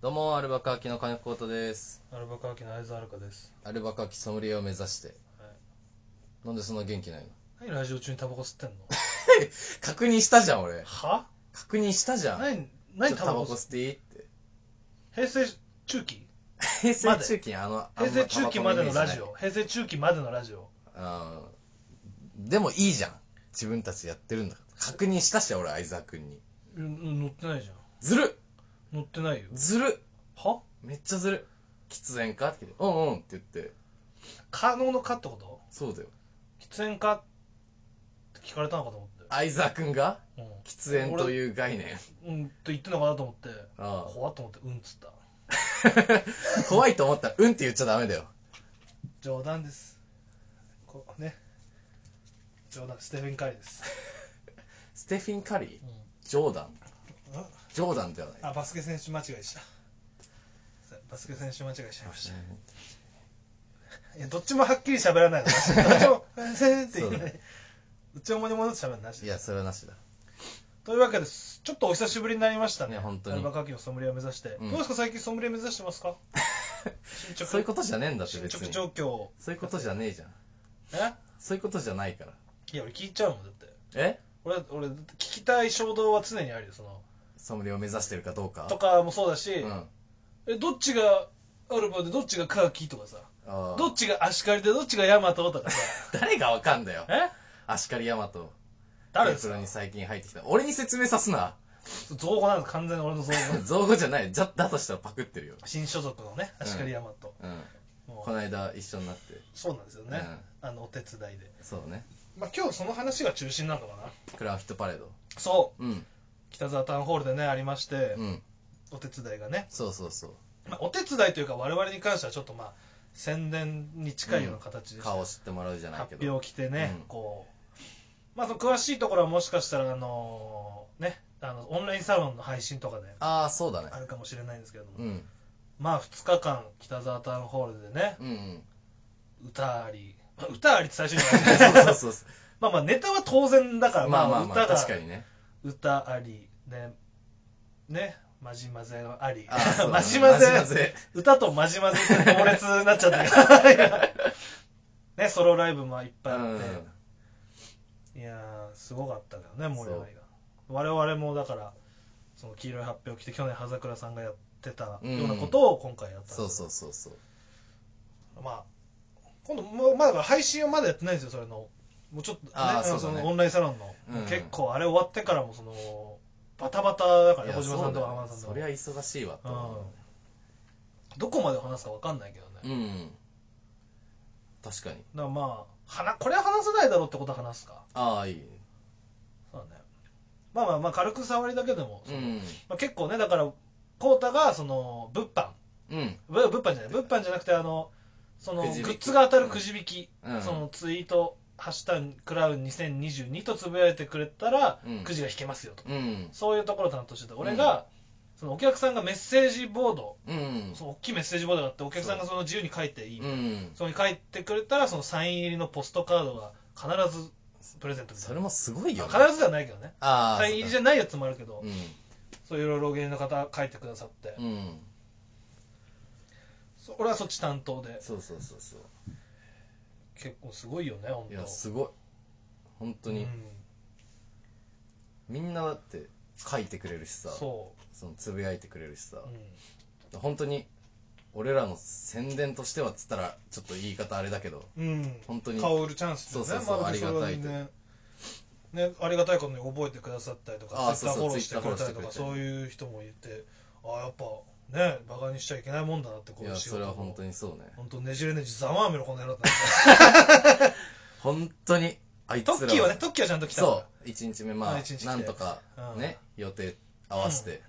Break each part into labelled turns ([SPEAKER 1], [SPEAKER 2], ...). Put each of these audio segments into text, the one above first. [SPEAKER 1] どうも、アルバカーキの金子トです。
[SPEAKER 2] アルバカーキの相沢遥です。
[SPEAKER 1] アルバカーキソムリエを目指して。
[SPEAKER 2] はい。
[SPEAKER 1] なんでそんな元気ないの
[SPEAKER 2] 何ラジオ中にタバコ吸ってんの
[SPEAKER 1] 確認したじゃん、俺。
[SPEAKER 2] は
[SPEAKER 1] 確認したじゃん。
[SPEAKER 2] 何、
[SPEAKER 1] ち
[SPEAKER 2] 何
[SPEAKER 1] ょっと
[SPEAKER 2] タ
[SPEAKER 1] タ
[SPEAKER 2] バ
[SPEAKER 1] バコ
[SPEAKER 2] コ吸っ
[SPEAKER 1] 吸っていいって。
[SPEAKER 2] 平成中期
[SPEAKER 1] 平成中期、あの、
[SPEAKER 2] 平成中期までのラジ
[SPEAKER 1] オ
[SPEAKER 2] オ。平成中期までのラジオ。。
[SPEAKER 1] うんでもいいじゃん。自分たちやってるんだから。確認したし、俺、相沢くんに。
[SPEAKER 2] うん乗ってないじゃん。
[SPEAKER 1] ずる
[SPEAKER 2] 乗ってないよ。
[SPEAKER 1] ずる
[SPEAKER 2] は
[SPEAKER 1] めっちゃずる喫煙かって聞いて、うんうんって言って、
[SPEAKER 2] 可能のかってこと
[SPEAKER 1] そうだよ。
[SPEAKER 2] 喫煙かって聞かれたのかと思っ
[SPEAKER 1] 相沢くんが
[SPEAKER 2] て。
[SPEAKER 1] 喫煙という概念。
[SPEAKER 2] うん。うんって言ってんのかなと思って。
[SPEAKER 1] ああ
[SPEAKER 2] 怖っと思って、うんっつっ た。
[SPEAKER 1] 怖いと思ったら、うんって言っちゃダメだよ。
[SPEAKER 2] 冗談です。こうね。冗談、ステフェン・カリーです。
[SPEAKER 1] ステフィン・カリー
[SPEAKER 2] うん
[SPEAKER 1] ジョーダン
[SPEAKER 2] うん。
[SPEAKER 1] ジョーダンではない。
[SPEAKER 2] あ、バスケ選手間違いした。バスケ選手間違いしちゃいました。いや、どっちもはっきり喋らないのなし。どっちも、先生って言って
[SPEAKER 1] そうだ
[SPEAKER 2] ね、うちをもに戻って喋るなし
[SPEAKER 1] い。や、それはなしだ。
[SPEAKER 2] というわけです。ちょっとお久しぶりになりましたね。
[SPEAKER 1] ね本当に
[SPEAKER 2] アルバカーキのソムリエを目指して。
[SPEAKER 1] うん
[SPEAKER 2] どうですか、最近ソムリエ目指してますか進捗
[SPEAKER 1] そういうことじゃねえんだって、
[SPEAKER 2] 進
[SPEAKER 1] 別
[SPEAKER 2] 捗
[SPEAKER 1] に。
[SPEAKER 2] 状
[SPEAKER 1] そ
[SPEAKER 2] 況を。
[SPEAKER 1] ういうことじゃねえじゃん。
[SPEAKER 2] え
[SPEAKER 1] そういうことじゃないから。
[SPEAKER 2] いや、俺聞いちゃうもん、だって。
[SPEAKER 1] え
[SPEAKER 2] 俺、俺、聞きたい衝動は常にあるよ、その。
[SPEAKER 1] ソムリエを目指してるかどうか。
[SPEAKER 2] とかもそうだし、
[SPEAKER 1] うん。あ
[SPEAKER 2] え、どっちがアルバでどっちがカーキとかさ、
[SPEAKER 1] あ
[SPEAKER 2] どっちがアシカリでどっちがヤマト とかさ。
[SPEAKER 1] 誰がわかんだよ。
[SPEAKER 2] え
[SPEAKER 1] アシカリヤマト。
[SPEAKER 2] 誰で
[SPEAKER 1] テ
[SPEAKER 2] す
[SPEAKER 1] プロ
[SPEAKER 2] か
[SPEAKER 1] に最近入ってきた。俺に説明さすな。
[SPEAKER 2] 造語なんです、完全に俺の造語。
[SPEAKER 1] 造語じゃない。じゃ、だとしたらパクってるよ。
[SPEAKER 2] 新所属のね、アシカリヤマト。
[SPEAKER 1] うん。
[SPEAKER 2] も
[SPEAKER 1] こ
[SPEAKER 2] う
[SPEAKER 1] の間一緒になって。
[SPEAKER 2] そうなんですよね、あのお手伝いで、
[SPEAKER 1] そうね。
[SPEAKER 2] まあ、今日その話が中心なのかな
[SPEAKER 1] クラウンヒットパレード。
[SPEAKER 2] そう
[SPEAKER 1] うん。
[SPEAKER 2] 北沢タウンホールでねありまして、
[SPEAKER 1] うん。
[SPEAKER 2] お手伝いがね、
[SPEAKER 1] そうそうそう。
[SPEAKER 2] まあ、お手伝いというか我々に関してはちょっとまあ宣伝に近いような形でした、
[SPEAKER 1] 顔を知ってもらうじゃないけ
[SPEAKER 2] 発
[SPEAKER 1] ど。
[SPEAKER 2] 表を着てね、
[SPEAKER 1] うん
[SPEAKER 2] こうまあその詳しいところはもしかしたらあのねあのオンラインサロンの配信とかで
[SPEAKER 1] ああ、そうだね
[SPEAKER 2] あ。るかもしれないんですけれども、
[SPEAKER 1] うん。
[SPEAKER 2] まあ2日間北沢タウンホールでね
[SPEAKER 1] うんうん。
[SPEAKER 2] 歌あり、まあ、歌ありって最初に言われて
[SPEAKER 1] そうそうそうそ
[SPEAKER 2] まあまあネタは当然だから、
[SPEAKER 1] う。まあまあまあ、
[SPEAKER 2] 歌が
[SPEAKER 1] 確かにね。
[SPEAKER 2] 歌あり、ね、ね、まじまぜのあり
[SPEAKER 1] あそうだ。ね
[SPEAKER 2] まじまぜ
[SPEAKER 1] まじまぜ、
[SPEAKER 2] 歌とまじまぜって猛烈になっちゃったけど ね、ソロライブもいっぱいあって、いやー、すごかったけどね、盛り上がりが。我々もだから、その黄色い発表を着て、去年、葉桜さんがやってたようなことを今回やったん
[SPEAKER 1] そ
[SPEAKER 2] で
[SPEAKER 1] う
[SPEAKER 2] す
[SPEAKER 1] そ
[SPEAKER 2] よ
[SPEAKER 1] うそうそう。
[SPEAKER 2] まあ、今度もう、まあ、だから配信はまだやってないんですよ、それの。もうちょっと、ね、
[SPEAKER 1] あー
[SPEAKER 2] あの
[SPEAKER 1] そ
[SPEAKER 2] そう
[SPEAKER 1] だね
[SPEAKER 2] のオンラインサロンの。
[SPEAKER 1] うん
[SPEAKER 2] 結構、あれ終わってからも、その、バタバタだからね、小島さんとか
[SPEAKER 1] い
[SPEAKER 2] 浜
[SPEAKER 1] や
[SPEAKER 2] 田さん
[SPEAKER 1] そ
[SPEAKER 2] と
[SPEAKER 1] うだ
[SPEAKER 2] か。
[SPEAKER 1] よそりゃ忙しいわと思
[SPEAKER 2] うんどこまで話すか分かんないけど
[SPEAKER 1] う。
[SPEAKER 2] ね。だ
[SPEAKER 1] う
[SPEAKER 2] か
[SPEAKER 1] ん。確かに。
[SPEAKER 2] らまあ、はなこれは話せないだろうってことは話すか。
[SPEAKER 1] ああ、いい。
[SPEAKER 2] そうだね。まあまあまあ、軽く触りだけでも。
[SPEAKER 1] う
[SPEAKER 2] その
[SPEAKER 1] ん。
[SPEAKER 2] まあ、結構ね、だから、コータが、その、物販。
[SPEAKER 1] うん。
[SPEAKER 2] ぶ物販じゃない。物販じゃなくて、あの、その、グ
[SPEAKER 1] くじ引き
[SPEAKER 2] ッズが当たるくじ引き。
[SPEAKER 1] うん。
[SPEAKER 2] そのツイート「ハッシュタグクラウン2022」とつぶやいてくれたら、
[SPEAKER 1] うん
[SPEAKER 2] くじが引けますよと
[SPEAKER 1] うん。
[SPEAKER 2] そういうところを担当してて俺が、そのお客さんがメッセージボード
[SPEAKER 1] うん。
[SPEAKER 2] その大きいメッセージボードがあってお客さんがその自由に書いていい、
[SPEAKER 1] うん。
[SPEAKER 2] そこに書いてくれたらそのサイン入りのポストカードが必ずプレゼントみた
[SPEAKER 1] そ
[SPEAKER 2] い
[SPEAKER 1] れ
[SPEAKER 2] な
[SPEAKER 1] もすごいよね。
[SPEAKER 2] 必ずではないけどね
[SPEAKER 1] ああ。
[SPEAKER 2] サイン入りじ
[SPEAKER 1] ゃ
[SPEAKER 2] ゃないやつもあるけど、
[SPEAKER 1] うん。
[SPEAKER 2] そういういろいろ芸人の方書いてくださって、
[SPEAKER 1] うん。
[SPEAKER 2] そ俺はそっち担当で
[SPEAKER 1] そうそうそうそう。
[SPEAKER 2] 結構すごいよね本
[SPEAKER 1] い
[SPEAKER 2] 当
[SPEAKER 1] や、すごい。本当に
[SPEAKER 2] う。ん
[SPEAKER 1] みんなだって書いてくれるしさ、
[SPEAKER 2] そ
[SPEAKER 1] そのつぶやいてくれるしさ
[SPEAKER 2] う、う、ん
[SPEAKER 1] 本当に、俺らの宣伝としてはっつったら、ちょっと言い方あれだけど、
[SPEAKER 2] うん、
[SPEAKER 1] 本当に
[SPEAKER 2] 顔売るチャンスです
[SPEAKER 1] そう
[SPEAKER 2] ね
[SPEAKER 1] そうそう
[SPEAKER 2] まあ別に
[SPEAKER 1] ありがたい
[SPEAKER 2] それはねねありがたいことに覚えてくださったりとか
[SPEAKER 1] あー
[SPEAKER 2] ツイッタ
[SPEAKER 1] そ
[SPEAKER 2] ーフ
[SPEAKER 1] う
[SPEAKER 2] ォ
[SPEAKER 1] そう
[SPEAKER 2] ローしてくれたりとか
[SPEAKER 1] ツイッターフォロ
[SPEAKER 2] そういう人もいてああやっぱねバカにしちゃいけないもんだなって
[SPEAKER 1] い
[SPEAKER 2] こ
[SPEAKER 1] う
[SPEAKER 2] いう
[SPEAKER 1] や、
[SPEAKER 2] 仕
[SPEAKER 1] そ
[SPEAKER 2] 事
[SPEAKER 1] れは
[SPEAKER 2] も
[SPEAKER 1] 本当にそうね。
[SPEAKER 2] 本当ねじれねじざまあめのこの野郎だな
[SPEAKER 1] 本当に、あいつ
[SPEAKER 2] ト
[SPEAKER 1] らは。
[SPEAKER 2] ッキーはねトッキーはちゃんと来たか
[SPEAKER 1] そう1日目ま
[SPEAKER 2] あ一日来
[SPEAKER 1] あな
[SPEAKER 2] て
[SPEAKER 1] んとか
[SPEAKER 2] うん
[SPEAKER 1] ね予定合わせて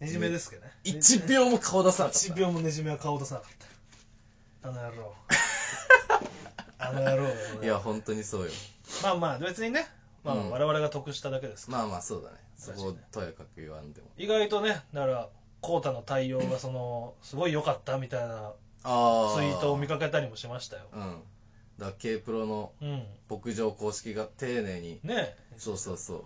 [SPEAKER 2] らねじめですけどね
[SPEAKER 1] 1秒も顔出さなか
[SPEAKER 2] 一
[SPEAKER 1] っ
[SPEAKER 2] 秒もねじめは顔出さなかったあの野 郎あの野郎だよ
[SPEAKER 1] た
[SPEAKER 2] ね
[SPEAKER 1] いや本当にそうよ
[SPEAKER 2] まあまあ別にねまあ
[SPEAKER 1] うん
[SPEAKER 2] 我々が得しただけですから
[SPEAKER 1] まあまあそうだねそ
[SPEAKER 2] そうだね
[SPEAKER 1] こをとやかく言わんでも
[SPEAKER 2] 意外とねだからコータの対応がそのすごい良かったみたいな
[SPEAKER 1] ああ
[SPEAKER 2] ツイートを見かけたりもしましたよ
[SPEAKER 1] うんだから K プロの
[SPEAKER 2] うん
[SPEAKER 1] 牧場公式が丁寧に
[SPEAKER 2] ねえ
[SPEAKER 1] そうそうそう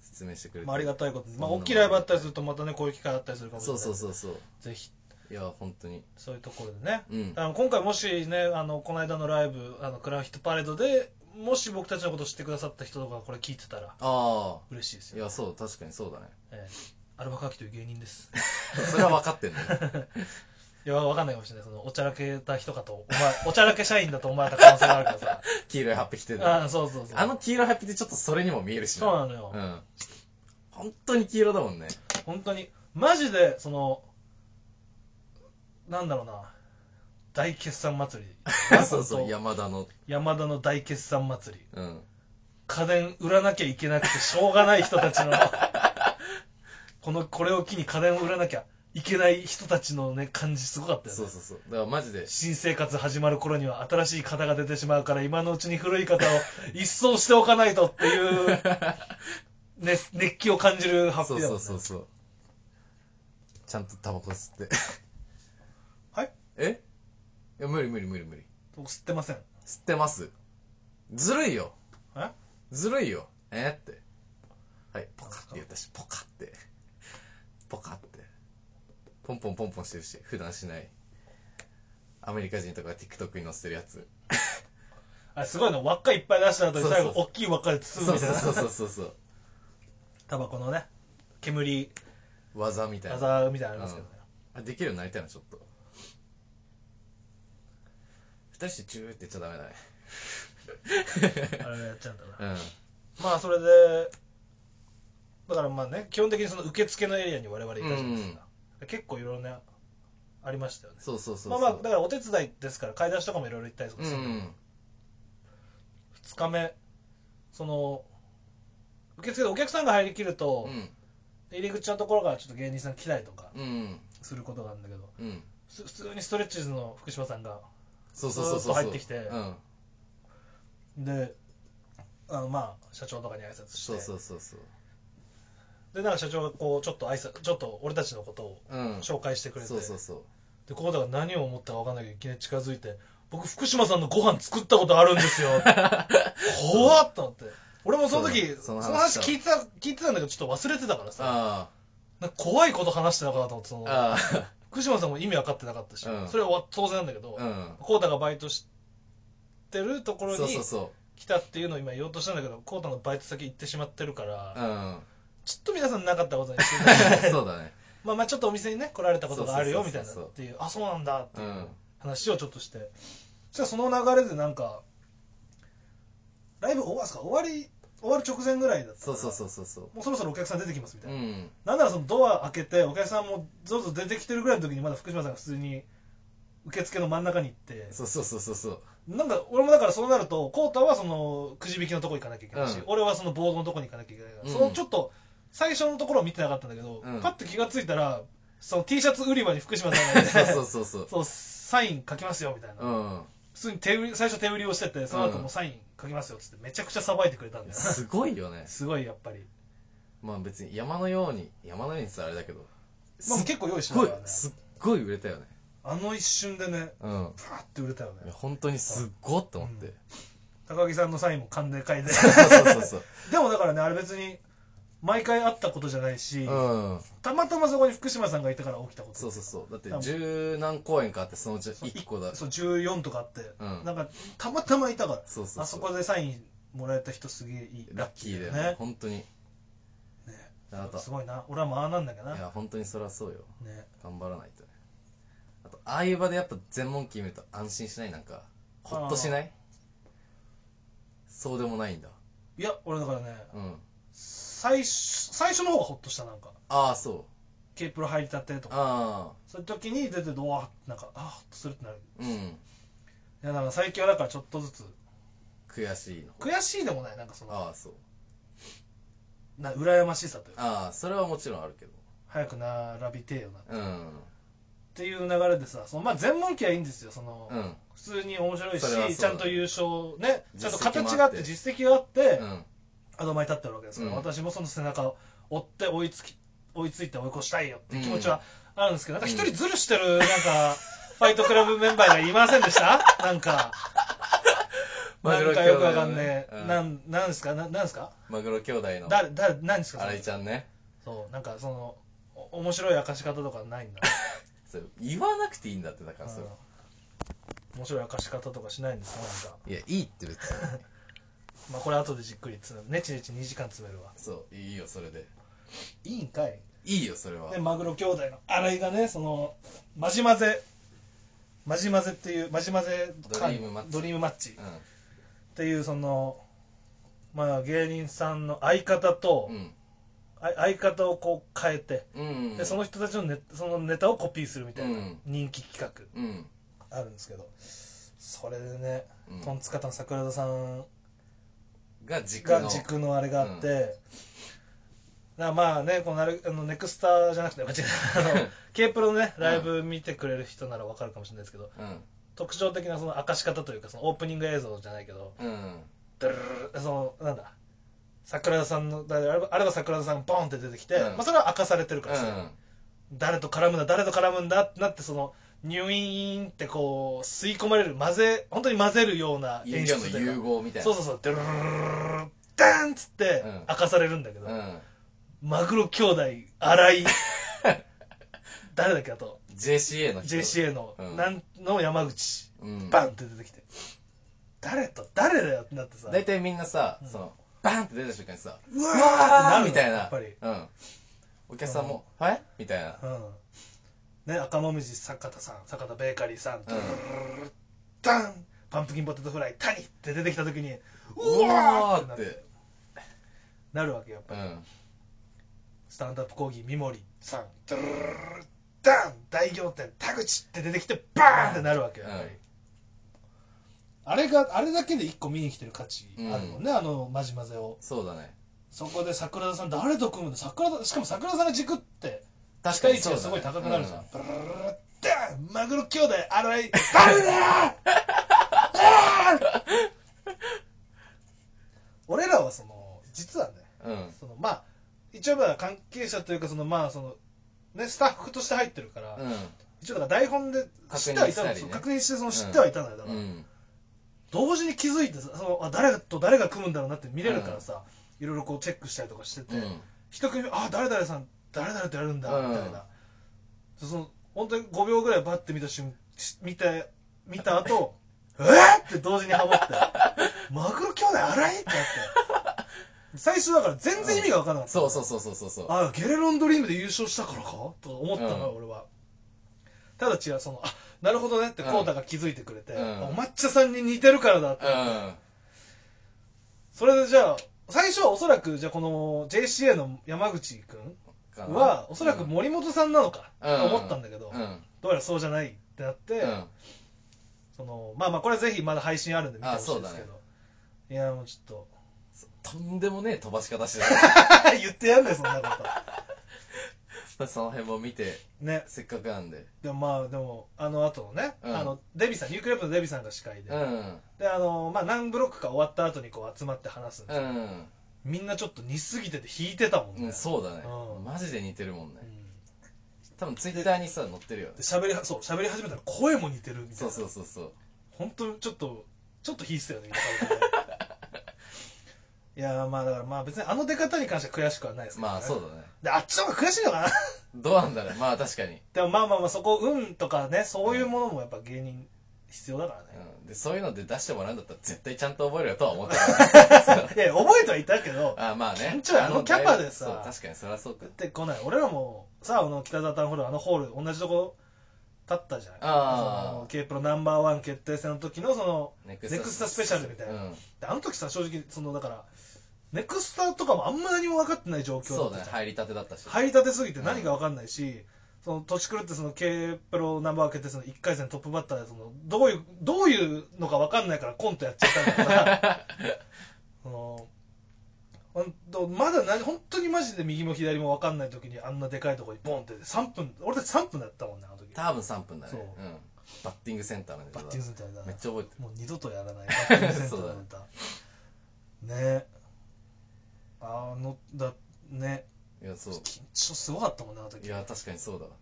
[SPEAKER 1] 説明してくれて。
[SPEAKER 2] まあ、ありがたいことに、まあ、
[SPEAKER 1] そん
[SPEAKER 2] 大
[SPEAKER 1] な
[SPEAKER 2] きいライブあったりするとまたねこういう機会あったりするかもしれ
[SPEAKER 1] そ
[SPEAKER 2] な
[SPEAKER 1] う
[SPEAKER 2] い
[SPEAKER 1] そうそうそう。
[SPEAKER 2] ぜひ
[SPEAKER 1] いや、本当に。
[SPEAKER 2] そういうところでね、
[SPEAKER 1] うん
[SPEAKER 2] あの今回もしねあのこの間のライブあのクラフヒットパレードでもし僕たちのことを知ってくださった人とかこれ聞いてたら
[SPEAKER 1] あ
[SPEAKER 2] 嬉しいです
[SPEAKER 1] あ。い
[SPEAKER 2] よ、
[SPEAKER 1] や、そう、確かにそうだね。
[SPEAKER 2] ええアルバカキという芸人です
[SPEAKER 1] それは分かってんだよ。
[SPEAKER 2] いやわかんないかもしれないそのおちゃらけた人かとお前おちゃらけ社員だと思われた可能性があるか らさ
[SPEAKER 1] 黄色いハッピー着てる
[SPEAKER 2] ああそうそうそう
[SPEAKER 1] あの黄色いハッピーってちょっとそれにも見えるし
[SPEAKER 2] そうなのよ、
[SPEAKER 1] うん。本当に黄色だもんね。
[SPEAKER 2] 本当にマジでそのなんだろうな大決算祭り
[SPEAKER 1] そうそ
[SPEAKER 2] 本
[SPEAKER 1] う、
[SPEAKER 2] 当
[SPEAKER 1] 山田の。
[SPEAKER 2] 山田の大決算祭り
[SPEAKER 1] うん。
[SPEAKER 2] 家電売らなきゃいけなくてしょうがない人 たちのこのこれを機に家電を売らなきゃいけない人たちのね感じすごかったよ
[SPEAKER 1] そ
[SPEAKER 2] ね
[SPEAKER 1] うそうそう。だからマジで、
[SPEAKER 2] 新生活始まる頃には新しい型が出てしまうから今のうちに古い型を一掃しておかないとっ ていう、ね、熱気を感じるハッピ
[SPEAKER 1] そ
[SPEAKER 2] ー
[SPEAKER 1] うそう
[SPEAKER 2] だもんね
[SPEAKER 1] そうそう。ちゃんとタバコ吸って。
[SPEAKER 2] はい
[SPEAKER 1] えいや、無理無理無理無理。
[SPEAKER 2] 僕吸ってません
[SPEAKER 1] 吸ってます。ずるいよ。
[SPEAKER 2] え
[SPEAKER 1] ずるいよ。えーって。はい、ポカって言ったし、ポカって。ポカって。ポンポンポンポンしてるし、普段しない。アメリカ人とかが TikTok に載せてるやつ。
[SPEAKER 2] あすごいの輪っかいっぱい出した後に
[SPEAKER 1] そうそう
[SPEAKER 2] 最後大きい輪っかで包む
[SPEAKER 1] そう
[SPEAKER 2] みたい
[SPEAKER 1] そう
[SPEAKER 2] な
[SPEAKER 1] そうそうそうそう。
[SPEAKER 2] タバコのね煙
[SPEAKER 1] 技みたいな。
[SPEAKER 2] 技みたいなのありますけどね、
[SPEAKER 1] あできるようになりたいなちょっと二人してチューって言っちゃダメだね
[SPEAKER 2] あれやっちゃうんだな
[SPEAKER 1] うん
[SPEAKER 2] まあそれでだからまあね基本的にその受付のエリアに我々いたじゃないですか、結構いろいろねありましたよね
[SPEAKER 1] そうそうそうそう
[SPEAKER 2] まあまあだからお手伝いですから買い出しとかもいろいろ行ったりとか
[SPEAKER 1] う
[SPEAKER 2] する、二
[SPEAKER 1] ん
[SPEAKER 2] 2日目その受付でお客さんが入りきると
[SPEAKER 1] う、ん
[SPEAKER 2] 入り口のところからちょっと芸人さん来たりとか
[SPEAKER 1] うん
[SPEAKER 2] することがあるんだけど
[SPEAKER 1] うん
[SPEAKER 2] す普通にストレッチーズの福島さんが
[SPEAKER 1] そうそうそうそう
[SPEAKER 2] ずーっと入ってきて
[SPEAKER 1] うん
[SPEAKER 2] であのまあ社長とかに挨拶して
[SPEAKER 1] そうそうそうそう
[SPEAKER 2] でなんか社長がこうちょっと挨拶ちょっと俺たちのことを
[SPEAKER 1] うん
[SPEAKER 2] 紹介してくれて、
[SPEAKER 1] そうそう そう
[SPEAKER 2] でコーダが何を思ったか分かんないけどいきなり近づいて「僕福島さんのご飯作ったことあるんで すよ」怖っと思って俺もその時
[SPEAKER 1] そう
[SPEAKER 2] そ
[SPEAKER 1] そ
[SPEAKER 2] の
[SPEAKER 1] の話
[SPEAKER 2] 話聞いてた聞いてたんだけどちょっと忘れてたからさ
[SPEAKER 1] あ
[SPEAKER 2] なんか怖いこと話してたのかなと思ってそ
[SPEAKER 1] あ
[SPEAKER 2] の
[SPEAKER 1] ああ
[SPEAKER 2] 福島さんも意味分かってなかったし、
[SPEAKER 1] うん
[SPEAKER 2] それは当然なんだけど、
[SPEAKER 1] うん
[SPEAKER 2] コーダがバイトしてるところ
[SPEAKER 1] そうそ
[SPEAKER 2] に
[SPEAKER 1] うそ
[SPEAKER 2] 来たっていうのを今言おうとしたんだけどコーダのバイト先行ってしまってるから、
[SPEAKER 1] ううん
[SPEAKER 2] ちょっと皆さんなかったことにしてください
[SPEAKER 1] そうだね
[SPEAKER 2] まあまあちょっとお店にね来られたことがあるよみたいな
[SPEAKER 1] そうそうそうそう
[SPEAKER 2] っていうあそうなんだって
[SPEAKER 1] う
[SPEAKER 2] いうん話をちょっとしてそしたらその流れでなんかライブ終わ終わり終わる直前ぐらいだったか
[SPEAKER 1] そ
[SPEAKER 2] ら
[SPEAKER 1] うそうそうそうそ
[SPEAKER 2] もうそろそろお客さん出てきますみた
[SPEAKER 1] う
[SPEAKER 2] いうな、
[SPEAKER 1] ん
[SPEAKER 2] なんならそのドア開けてお客さんもぞろぞろ出てきてるぐらいの時にまだ福島さんが普通に受付の真ん中に行って
[SPEAKER 1] そうそうそうそうそう
[SPEAKER 2] なんか俺もだからそうなると浩太はそのくじ引きのとこ行かなきゃいけないし、
[SPEAKER 1] うん
[SPEAKER 2] 俺はそのボードのとこに行かなきゃいけないから、
[SPEAKER 1] うん
[SPEAKER 2] そのちょっと最初のところを見てなかったんだけど、
[SPEAKER 1] うん
[SPEAKER 2] パッと気がついたらその T シャツ売り場に福島さんがい て
[SPEAKER 1] そうそうそうそう
[SPEAKER 2] そうサイン書きますよみたいな、
[SPEAKER 1] うん
[SPEAKER 2] 普通に手売り最初手売りをしててその後もうサイン書きますよっつってめちゃくちゃさばいてくれたんだよ、
[SPEAKER 1] すごいよね
[SPEAKER 2] すごいやっぱり、
[SPEAKER 1] まあ別に山のように山のようにってあれだけど
[SPEAKER 2] まあ、
[SPEAKER 1] すっ
[SPEAKER 2] 結構用意し
[SPEAKER 1] す
[SPEAKER 2] て
[SPEAKER 1] ご
[SPEAKER 2] た
[SPEAKER 1] い
[SPEAKER 2] からね
[SPEAKER 1] すっごい売れたよね
[SPEAKER 2] あの一瞬でね
[SPEAKER 1] うん
[SPEAKER 2] パーって売れたよ
[SPEAKER 1] いや
[SPEAKER 2] ね
[SPEAKER 1] 本当にすっごって思って、
[SPEAKER 2] うん高木さんのサインも勘で書い て
[SPEAKER 1] そうそうそう
[SPEAKER 2] でもだからねあれ別に毎回あったことじゃないし、
[SPEAKER 1] そううん
[SPEAKER 2] たまたまそこに福島さんがいたから起きたこと
[SPEAKER 1] そうそうそうだって十何公演かあってそのうち1個だ
[SPEAKER 2] そう14とかあって、
[SPEAKER 1] うん
[SPEAKER 2] なんかたまたまいたから
[SPEAKER 1] そうそうそう
[SPEAKER 2] あそこでサインもらえた人すげえいい
[SPEAKER 1] ラッキーだよね
[SPEAKER 2] ね
[SPEAKER 1] 本当にあと
[SPEAKER 2] すごいな俺はまあなんだけど
[SPEAKER 1] い
[SPEAKER 2] な
[SPEAKER 1] や本当にそりゃそうよ
[SPEAKER 2] ね
[SPEAKER 1] 頑張らないとねあとああいう場でやっぱ全問キー見ると安心しないなんかほっとしないそうでもないんだ
[SPEAKER 2] いや俺だからね
[SPEAKER 1] うん
[SPEAKER 2] 最初最初の方がホッとしたなんか
[SPEAKER 1] ああそう
[SPEAKER 2] ケープロ入りたてとか
[SPEAKER 1] あ
[SPEAKER 2] そういう時に出てドアなんかあホッとするってなる
[SPEAKER 1] あうん
[SPEAKER 2] いやだから最近はだからちょっとずつ
[SPEAKER 1] 悔しいの
[SPEAKER 2] 悔しいでもないなんかその
[SPEAKER 1] ああそう
[SPEAKER 2] な羨ましさというか
[SPEAKER 1] ああそれはもちろんあるけど
[SPEAKER 2] 早く並びてえよなっ
[SPEAKER 1] うん
[SPEAKER 2] ていう流れでさそのまあ全問記はいいんですよその、
[SPEAKER 1] うん
[SPEAKER 2] 普通に面白いし、
[SPEAKER 1] それはそうだね
[SPEAKER 2] ちゃんと優勝ねちゃんと
[SPEAKER 1] 実績もあって
[SPEAKER 2] 形があって実績があって、
[SPEAKER 1] うん
[SPEAKER 2] アドマに立ってるわけですから、
[SPEAKER 1] うん
[SPEAKER 2] 私もその背中を追って追いつき追いついて追い越したいよっていう気持ちはあるんですけど、なんか一人ずるし てるなんか、ファイトクラブメンバーがいませんでしたなんか
[SPEAKER 1] マグ
[SPEAKER 2] な
[SPEAKER 1] ロ
[SPEAKER 2] ん
[SPEAKER 1] 兄弟のね
[SPEAKER 2] かよくわかんねえ
[SPEAKER 1] う。ん
[SPEAKER 2] なん、なんすかななんすか
[SPEAKER 1] マグロ兄弟の
[SPEAKER 2] 誰、誰、何ですかそ
[SPEAKER 1] 新
[SPEAKER 2] れ
[SPEAKER 1] 井ちゃんね
[SPEAKER 2] そう、なんかその、お面白い明かし方とかないんだ。
[SPEAKER 1] そう言わなくていいんだってだからそれ
[SPEAKER 2] うん面白い明かし方とかしないんですかなんか。
[SPEAKER 1] いやいいって別に
[SPEAKER 2] まあこれ後でじっくり詰める。ねちねち2時間詰めるわ。
[SPEAKER 1] そういいよそれで
[SPEAKER 2] いいんかい。
[SPEAKER 1] いいよそれは
[SPEAKER 2] で、マグロ兄弟の新井がね、その、まじまぜ、まじまぜっていう、まじまぜ
[SPEAKER 1] ドリームマッチ
[SPEAKER 2] ドリームマッチっ
[SPEAKER 1] う
[SPEAKER 2] ていう、その、まあ芸人さんの相方と、
[SPEAKER 1] ん
[SPEAKER 2] あ相方をこう変えて、
[SPEAKER 1] うんうん
[SPEAKER 2] でその人たちのネそのネタをコピーするみたいな
[SPEAKER 1] うん
[SPEAKER 2] 人気企画
[SPEAKER 1] うん
[SPEAKER 2] あるんですけど、それでね、
[SPEAKER 1] うん
[SPEAKER 2] トンツカタン桜田さん
[SPEAKER 1] が軸
[SPEAKER 2] が
[SPEAKER 1] の
[SPEAKER 2] 軸のあれがあって、なまあね、このあれあのネクスターじゃなくて、間違えたあ の K プロのね、ライブ見てくれる人ならわかるかもしれないですけど、
[SPEAKER 1] うん
[SPEAKER 2] 特徴的なその明かし方というか、そのオープニング映像じゃないけど、
[SPEAKER 1] うん
[SPEAKER 2] ドゥルルルルそのなんだ、桜田さんの、だあればあれば桜田さんがボーンって出てきて、
[SPEAKER 1] うん
[SPEAKER 2] まあ、それは明かされてるか
[SPEAKER 1] う
[SPEAKER 2] らさ、
[SPEAKER 1] ん
[SPEAKER 2] 誰と絡むんだ誰と絡むんだってなってその入院ってこう吸い込まれる混ぜ本当に混ぜるような
[SPEAKER 1] 飲
[SPEAKER 2] 演
[SPEAKER 1] 料
[SPEAKER 2] 出
[SPEAKER 1] の
[SPEAKER 2] という
[SPEAKER 1] 融
[SPEAKER 2] か
[SPEAKER 1] 合みたいな
[SPEAKER 2] そうそうそうドゥルルルルルルダンっつって
[SPEAKER 1] うん
[SPEAKER 2] 明かされるんだけど、
[SPEAKER 1] うん
[SPEAKER 2] マグロ兄弟荒井誰だっけあと
[SPEAKER 1] JCA の人
[SPEAKER 2] JCA の、
[SPEAKER 1] うん
[SPEAKER 2] なんの山口
[SPEAKER 1] うん
[SPEAKER 2] バンって出てきて、誰と誰だよってなってさ
[SPEAKER 1] 大体みんなさそのバンって出た瞬間にさ
[SPEAKER 2] うわー
[SPEAKER 1] あー
[SPEAKER 2] って
[SPEAKER 1] みたいな
[SPEAKER 2] やっぱり、
[SPEAKER 1] うんお客さんも「はい?」みたいな
[SPEAKER 2] うんね、赤もみじ坂田さん坂田ベーカリーさ
[SPEAKER 1] う
[SPEAKER 2] ん、
[SPEAKER 1] ん
[SPEAKER 2] ダンパンプキンポテトフライ谷って出てきた時に
[SPEAKER 1] う
[SPEAKER 2] う
[SPEAKER 1] わ
[SPEAKER 2] わ
[SPEAKER 1] ー
[SPEAKER 2] ー
[SPEAKER 1] っ
[SPEAKER 2] っててなるわけやっぱ
[SPEAKER 1] う
[SPEAKER 2] り、
[SPEAKER 1] ん
[SPEAKER 2] スタンダップ講義三森さんドゥルルルルダン大仰天田口って出てきてバーンってなるわけやっぱり、
[SPEAKER 1] うん
[SPEAKER 2] あれがあれだけで一個見に来てる価値あるもんね、あのまじまぜを
[SPEAKER 1] そうだね
[SPEAKER 2] そこで桜田さん誰と組むの桜田しかも桜田さんが軸って
[SPEAKER 1] 確
[SPEAKER 2] 期
[SPEAKER 1] か
[SPEAKER 2] 待
[SPEAKER 1] に
[SPEAKER 2] 値
[SPEAKER 1] そうだ
[SPEAKER 2] が
[SPEAKER 1] ね
[SPEAKER 2] すごい高くなるじゃん。
[SPEAKER 1] う
[SPEAKER 2] ブルルルルルダンマグロ兄弟、洗い、ダメだーダー俺らはその、実はね、
[SPEAKER 1] うん
[SPEAKER 2] そのまあ、一応まあ関係者というか、そのまあ、その、ね、スタッフとして入ってるから、
[SPEAKER 1] うん
[SPEAKER 2] 一応だから台本で知ってはいたの、
[SPEAKER 1] 確認したりね
[SPEAKER 2] そう確認してその知ってはいたのよ。だか
[SPEAKER 1] う
[SPEAKER 2] ら、
[SPEAKER 1] ん
[SPEAKER 2] 同時に気づいてさそのあ、誰と誰が組むんだろうなって見れるからさ、いろいろこうチェックしたりとかしてて、
[SPEAKER 1] うん
[SPEAKER 2] 一組目あ誰々さん誰々とやるんだ
[SPEAKER 1] うん
[SPEAKER 2] みたいな、その本当に5秒ぐらいバッて見た瞬し見て見た後 えっ!」って同時にハ モって「マグロ兄弟荒い!」ってなって最初だから全然意味が分からなかった、
[SPEAKER 1] そうそうそうそうそうそう
[SPEAKER 2] あゲレロンドリームで優勝したからかと思ったのよ、
[SPEAKER 1] うん
[SPEAKER 2] 俺はただ違うそのあなるほどねって浩太が気づいてくれて、
[SPEAKER 1] うん
[SPEAKER 2] お抹茶さんに似てるからだって
[SPEAKER 1] うん
[SPEAKER 2] それでじゃあ最初はおそらくじゃあこの JCA の山口君
[SPEAKER 1] かな
[SPEAKER 2] はおそらく森本さんなのか
[SPEAKER 1] うんうん
[SPEAKER 2] と思ったんだけど、
[SPEAKER 1] うん
[SPEAKER 2] どうやらそうじゃないってなって、
[SPEAKER 1] うん
[SPEAKER 2] そのまあまあこれはぜひまだ配信あるんで見てほしいですけ
[SPEAKER 1] あそうだ
[SPEAKER 2] ど、いやもうちょっと
[SPEAKER 1] とんでもねえ飛ばし方してた
[SPEAKER 2] 言ってやんねそんなこと
[SPEAKER 1] その辺も見て
[SPEAKER 2] ね
[SPEAKER 1] せっかくなんで
[SPEAKER 2] でもまあでもあの後のね、
[SPEAKER 1] うん
[SPEAKER 2] あのデビさんニュークレープのデビさんが司会で、
[SPEAKER 1] うん
[SPEAKER 2] であのまあ何ブロックか終わった後にこう集まって話すんで
[SPEAKER 1] う
[SPEAKER 2] す、
[SPEAKER 1] ん
[SPEAKER 2] みんなちょっと似すぎてて引いてたもんね、
[SPEAKER 1] うんそうだね
[SPEAKER 2] うん
[SPEAKER 1] マジで似てるもんね
[SPEAKER 2] うん
[SPEAKER 1] 多分ツイッターにさ載ってるよ
[SPEAKER 2] で喋りはそう喋り始めたら声も似てるみたいな
[SPEAKER 1] そうそうそうそう
[SPEAKER 2] 本当にちょっとちょっと引いてたよね今からね いやーまあだからまあ別にあの出方に関しては悔しくはないですけど、ね、
[SPEAKER 1] まあそうだね
[SPEAKER 2] であっちの方が悔しいのかな
[SPEAKER 1] どうなんだろうまあ確かに
[SPEAKER 2] でもまあまあまあそこ運とかねそういうものもやっぱ芸人必要だからね、
[SPEAKER 1] うんでそういうので出してもらうんだったら絶対ちゃんと覚えるよとは思った
[SPEAKER 2] いや覚えてはいたけど
[SPEAKER 1] あまあね
[SPEAKER 2] 緊張あのキャパでさ
[SPEAKER 1] そう確かにそりゃそうか
[SPEAKER 2] 出てこない俺らもさあの北沢タウンホールあのホール同じとこ立ったじゃん
[SPEAKER 1] あー
[SPEAKER 2] その K プロナンバーワン決定戦の時のその
[SPEAKER 1] ネ
[SPEAKER 2] ネクスタスペシャルみたいな
[SPEAKER 1] うん
[SPEAKER 2] であの時さ正直そのだからネクスタとかもあんま何も分かってない状況だ
[SPEAKER 1] そ
[SPEAKER 2] っ
[SPEAKER 1] う
[SPEAKER 2] た
[SPEAKER 1] だ
[SPEAKER 2] じ
[SPEAKER 1] ね
[SPEAKER 2] ゃん
[SPEAKER 1] 入りたてだったし
[SPEAKER 2] 入りたてすぎて何が分かんないし、その年狂ってその K プロナンバー分けてその1回戦トップバッターでそのどういうどういうのか分かんないからコントやっちゃったんだからその本当まだ何本当にマジで右も左も分かんない時にあんなでかいとこにボンって3分俺たち3分だったもんねあの時
[SPEAKER 1] 多分3分だね
[SPEAKER 2] そうん
[SPEAKER 1] バッティングセンターのネタ
[SPEAKER 2] バ
[SPEAKER 1] だ
[SPEAKER 2] ッティングセンターだ
[SPEAKER 1] めっちゃ覚えて
[SPEAKER 2] もう二度とやらないバッティングセンターな んだねあのだね
[SPEAKER 1] るいやそう
[SPEAKER 2] 緊張すごかったもんねあの時
[SPEAKER 1] いや確かにそうだわ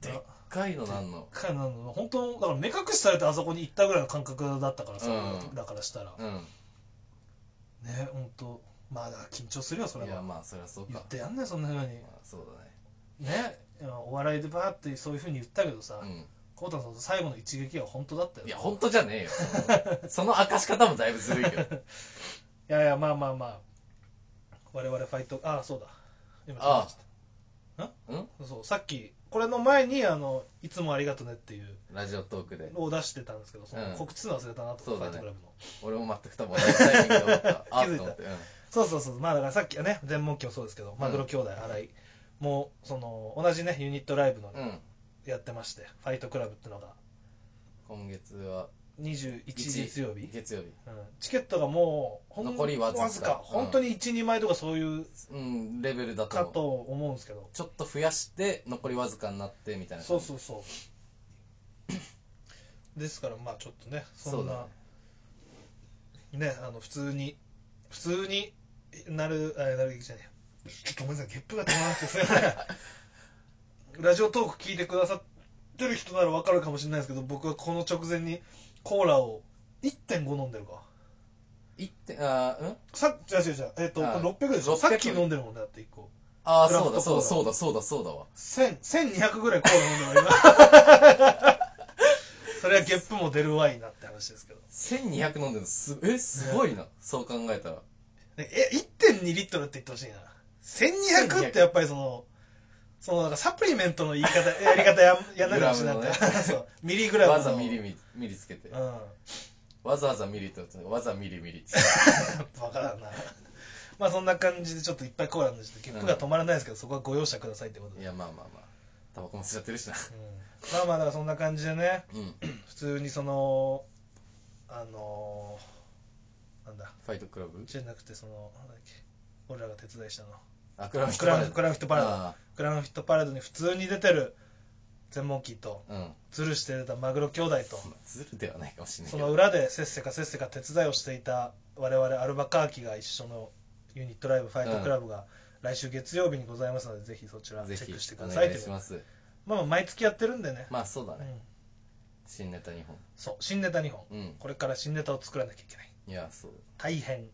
[SPEAKER 1] でっかいのなんの
[SPEAKER 2] かいなの本当だから目隠しされてあそこに行ったぐらいの感覚だったからさ、
[SPEAKER 1] うん
[SPEAKER 2] だからしたら
[SPEAKER 1] うん
[SPEAKER 2] ね本当まあだから緊張するよそれ
[SPEAKER 1] いや
[SPEAKER 2] は
[SPEAKER 1] まあそりゃそう
[SPEAKER 2] 言
[SPEAKER 1] か
[SPEAKER 2] ってやんねそんなふうに
[SPEAKER 1] まあそう
[SPEAKER 2] ねいやお笑いでバーってそういうふうに言ったけどさ
[SPEAKER 1] だね
[SPEAKER 2] コウタさんの最後の一撃は本当だった
[SPEAKER 1] う
[SPEAKER 2] よ
[SPEAKER 1] んいや本当じゃねえよ その明かし方もだいぶずるい けど
[SPEAKER 2] いやいやまあまあまあ我々ファイトああそうだ今
[SPEAKER 1] ああ
[SPEAKER 2] 気づいちゃった
[SPEAKER 1] ん
[SPEAKER 2] そうそうさっきこれの前にあの「いつもありがとね」っていう
[SPEAKER 1] ラジオトーク で
[SPEAKER 2] のを出してたんですけどその
[SPEAKER 1] うん
[SPEAKER 2] 告知するの忘れたなと、
[SPEAKER 1] そう
[SPEAKER 2] ファ
[SPEAKER 1] だね
[SPEAKER 2] イトクラブの
[SPEAKER 1] 俺も全く多分同じタイミングで思ったあ
[SPEAKER 2] 気づ
[SPEAKER 1] ー
[SPEAKER 2] いた
[SPEAKER 1] と思ってうん
[SPEAKER 2] そうそうそうまあだからさっきはね全問記もそうですけどマグロ兄弟新井もうその同じねユニットライブの
[SPEAKER 1] うん
[SPEAKER 2] やってまして、ファイトクラブってのが
[SPEAKER 1] 今月は
[SPEAKER 2] 21月曜日、
[SPEAKER 1] 月曜日
[SPEAKER 2] うん、チケットがもうほん
[SPEAKER 1] 残りわずかうん
[SPEAKER 2] 本当に12枚とかそういう
[SPEAKER 1] うんレベルだ
[SPEAKER 2] か
[SPEAKER 1] と思う
[SPEAKER 2] と思うんですけど
[SPEAKER 1] ちょっと増やして残りわずかになってみたいな
[SPEAKER 2] そ
[SPEAKER 1] 感
[SPEAKER 2] う
[SPEAKER 1] じ
[SPEAKER 2] そうそうですからまあちょっとねそ
[SPEAKER 1] そうんだ
[SPEAKER 2] な
[SPEAKER 1] ね
[SPEAKER 2] ねあの普通に普通になるあなるじゃねえちょっとごめんなさいゲップが止まらなくてすいません ラジオトーク聞いてくださってる人ならわかるかもしれないですけど僕はこの直前にコーラを1.5飲んでるか
[SPEAKER 1] 一点あーうん
[SPEAKER 2] さっき違う違う違うえっ、と
[SPEAKER 1] あ
[SPEAKER 2] これ600でし
[SPEAKER 1] 600
[SPEAKER 2] ょさっき飲んでるもんねだって1個
[SPEAKER 1] ああ
[SPEAKER 2] クラフ
[SPEAKER 1] そうだ
[SPEAKER 2] ト
[SPEAKER 1] そうだ
[SPEAKER 2] コ
[SPEAKER 1] そうだそうだそうだわ
[SPEAKER 2] 1000 1200ぐらいコーラ飲んでるわ 今それはゲップも出るわいなって話ですけど
[SPEAKER 1] 1200飲んでるのすえすご いなそう考えたら
[SPEAKER 2] ねえ1.2リットルって言ってほしいな1200ってやっぱりそのそのなんかサプリメントの言い方やり方ややんなきゃほしいなって、
[SPEAKER 1] グラムのね
[SPEAKER 2] そうミリグラムの
[SPEAKER 1] わざミリミリミリつけて
[SPEAKER 2] うんバ
[SPEAKER 1] わざわざミリって言ってわざミリミリ って
[SPEAKER 2] カだな まあそんな感じでちょっといっぱいコーラ飲んでてゲップが止まらないですけど、そこはご容赦くださいってこ
[SPEAKER 1] い
[SPEAKER 2] とで、うん、
[SPEAKER 1] やまあまあまあタバコも吸っちゃってるしな
[SPEAKER 2] まあまあだからそんな感じでね
[SPEAKER 1] うん
[SPEAKER 2] 普通にそのあのーなんだ
[SPEAKER 1] ファイトクラブ
[SPEAKER 2] じゃなくてそのなんだっけ俺らが手伝いしたの
[SPEAKER 1] あクラフ
[SPEAKER 2] クラフクラフトパレード
[SPEAKER 1] あ
[SPEAKER 2] クラフトパレードに普通に出てる全問キーと
[SPEAKER 1] ーうん
[SPEAKER 2] ズルして出たマグロ兄弟と
[SPEAKER 1] まあズルではないかもしれない
[SPEAKER 2] そ
[SPEAKER 1] け
[SPEAKER 2] の
[SPEAKER 1] ど
[SPEAKER 2] 裏でせっせかせっせか手伝いをしていた我々アルバカーキが一緒のユニットライブファイトクラブが来週月曜日にございますのでぜひそちらチ
[SPEAKER 1] ぜ
[SPEAKER 2] ェッ
[SPEAKER 1] ひ
[SPEAKER 2] クしてく
[SPEAKER 1] お
[SPEAKER 2] ださい
[SPEAKER 1] 願
[SPEAKER 2] と
[SPEAKER 1] い
[SPEAKER 2] いう
[SPEAKER 1] します
[SPEAKER 2] まあまあ毎月やってるんでね、
[SPEAKER 1] まあそうだ
[SPEAKER 2] う
[SPEAKER 1] ね
[SPEAKER 2] ん
[SPEAKER 1] 新ネタ2本
[SPEAKER 2] そう新ネタ2本
[SPEAKER 1] うん
[SPEAKER 2] これから新ネタを作らなきゃいけない
[SPEAKER 1] いやそう
[SPEAKER 2] 大変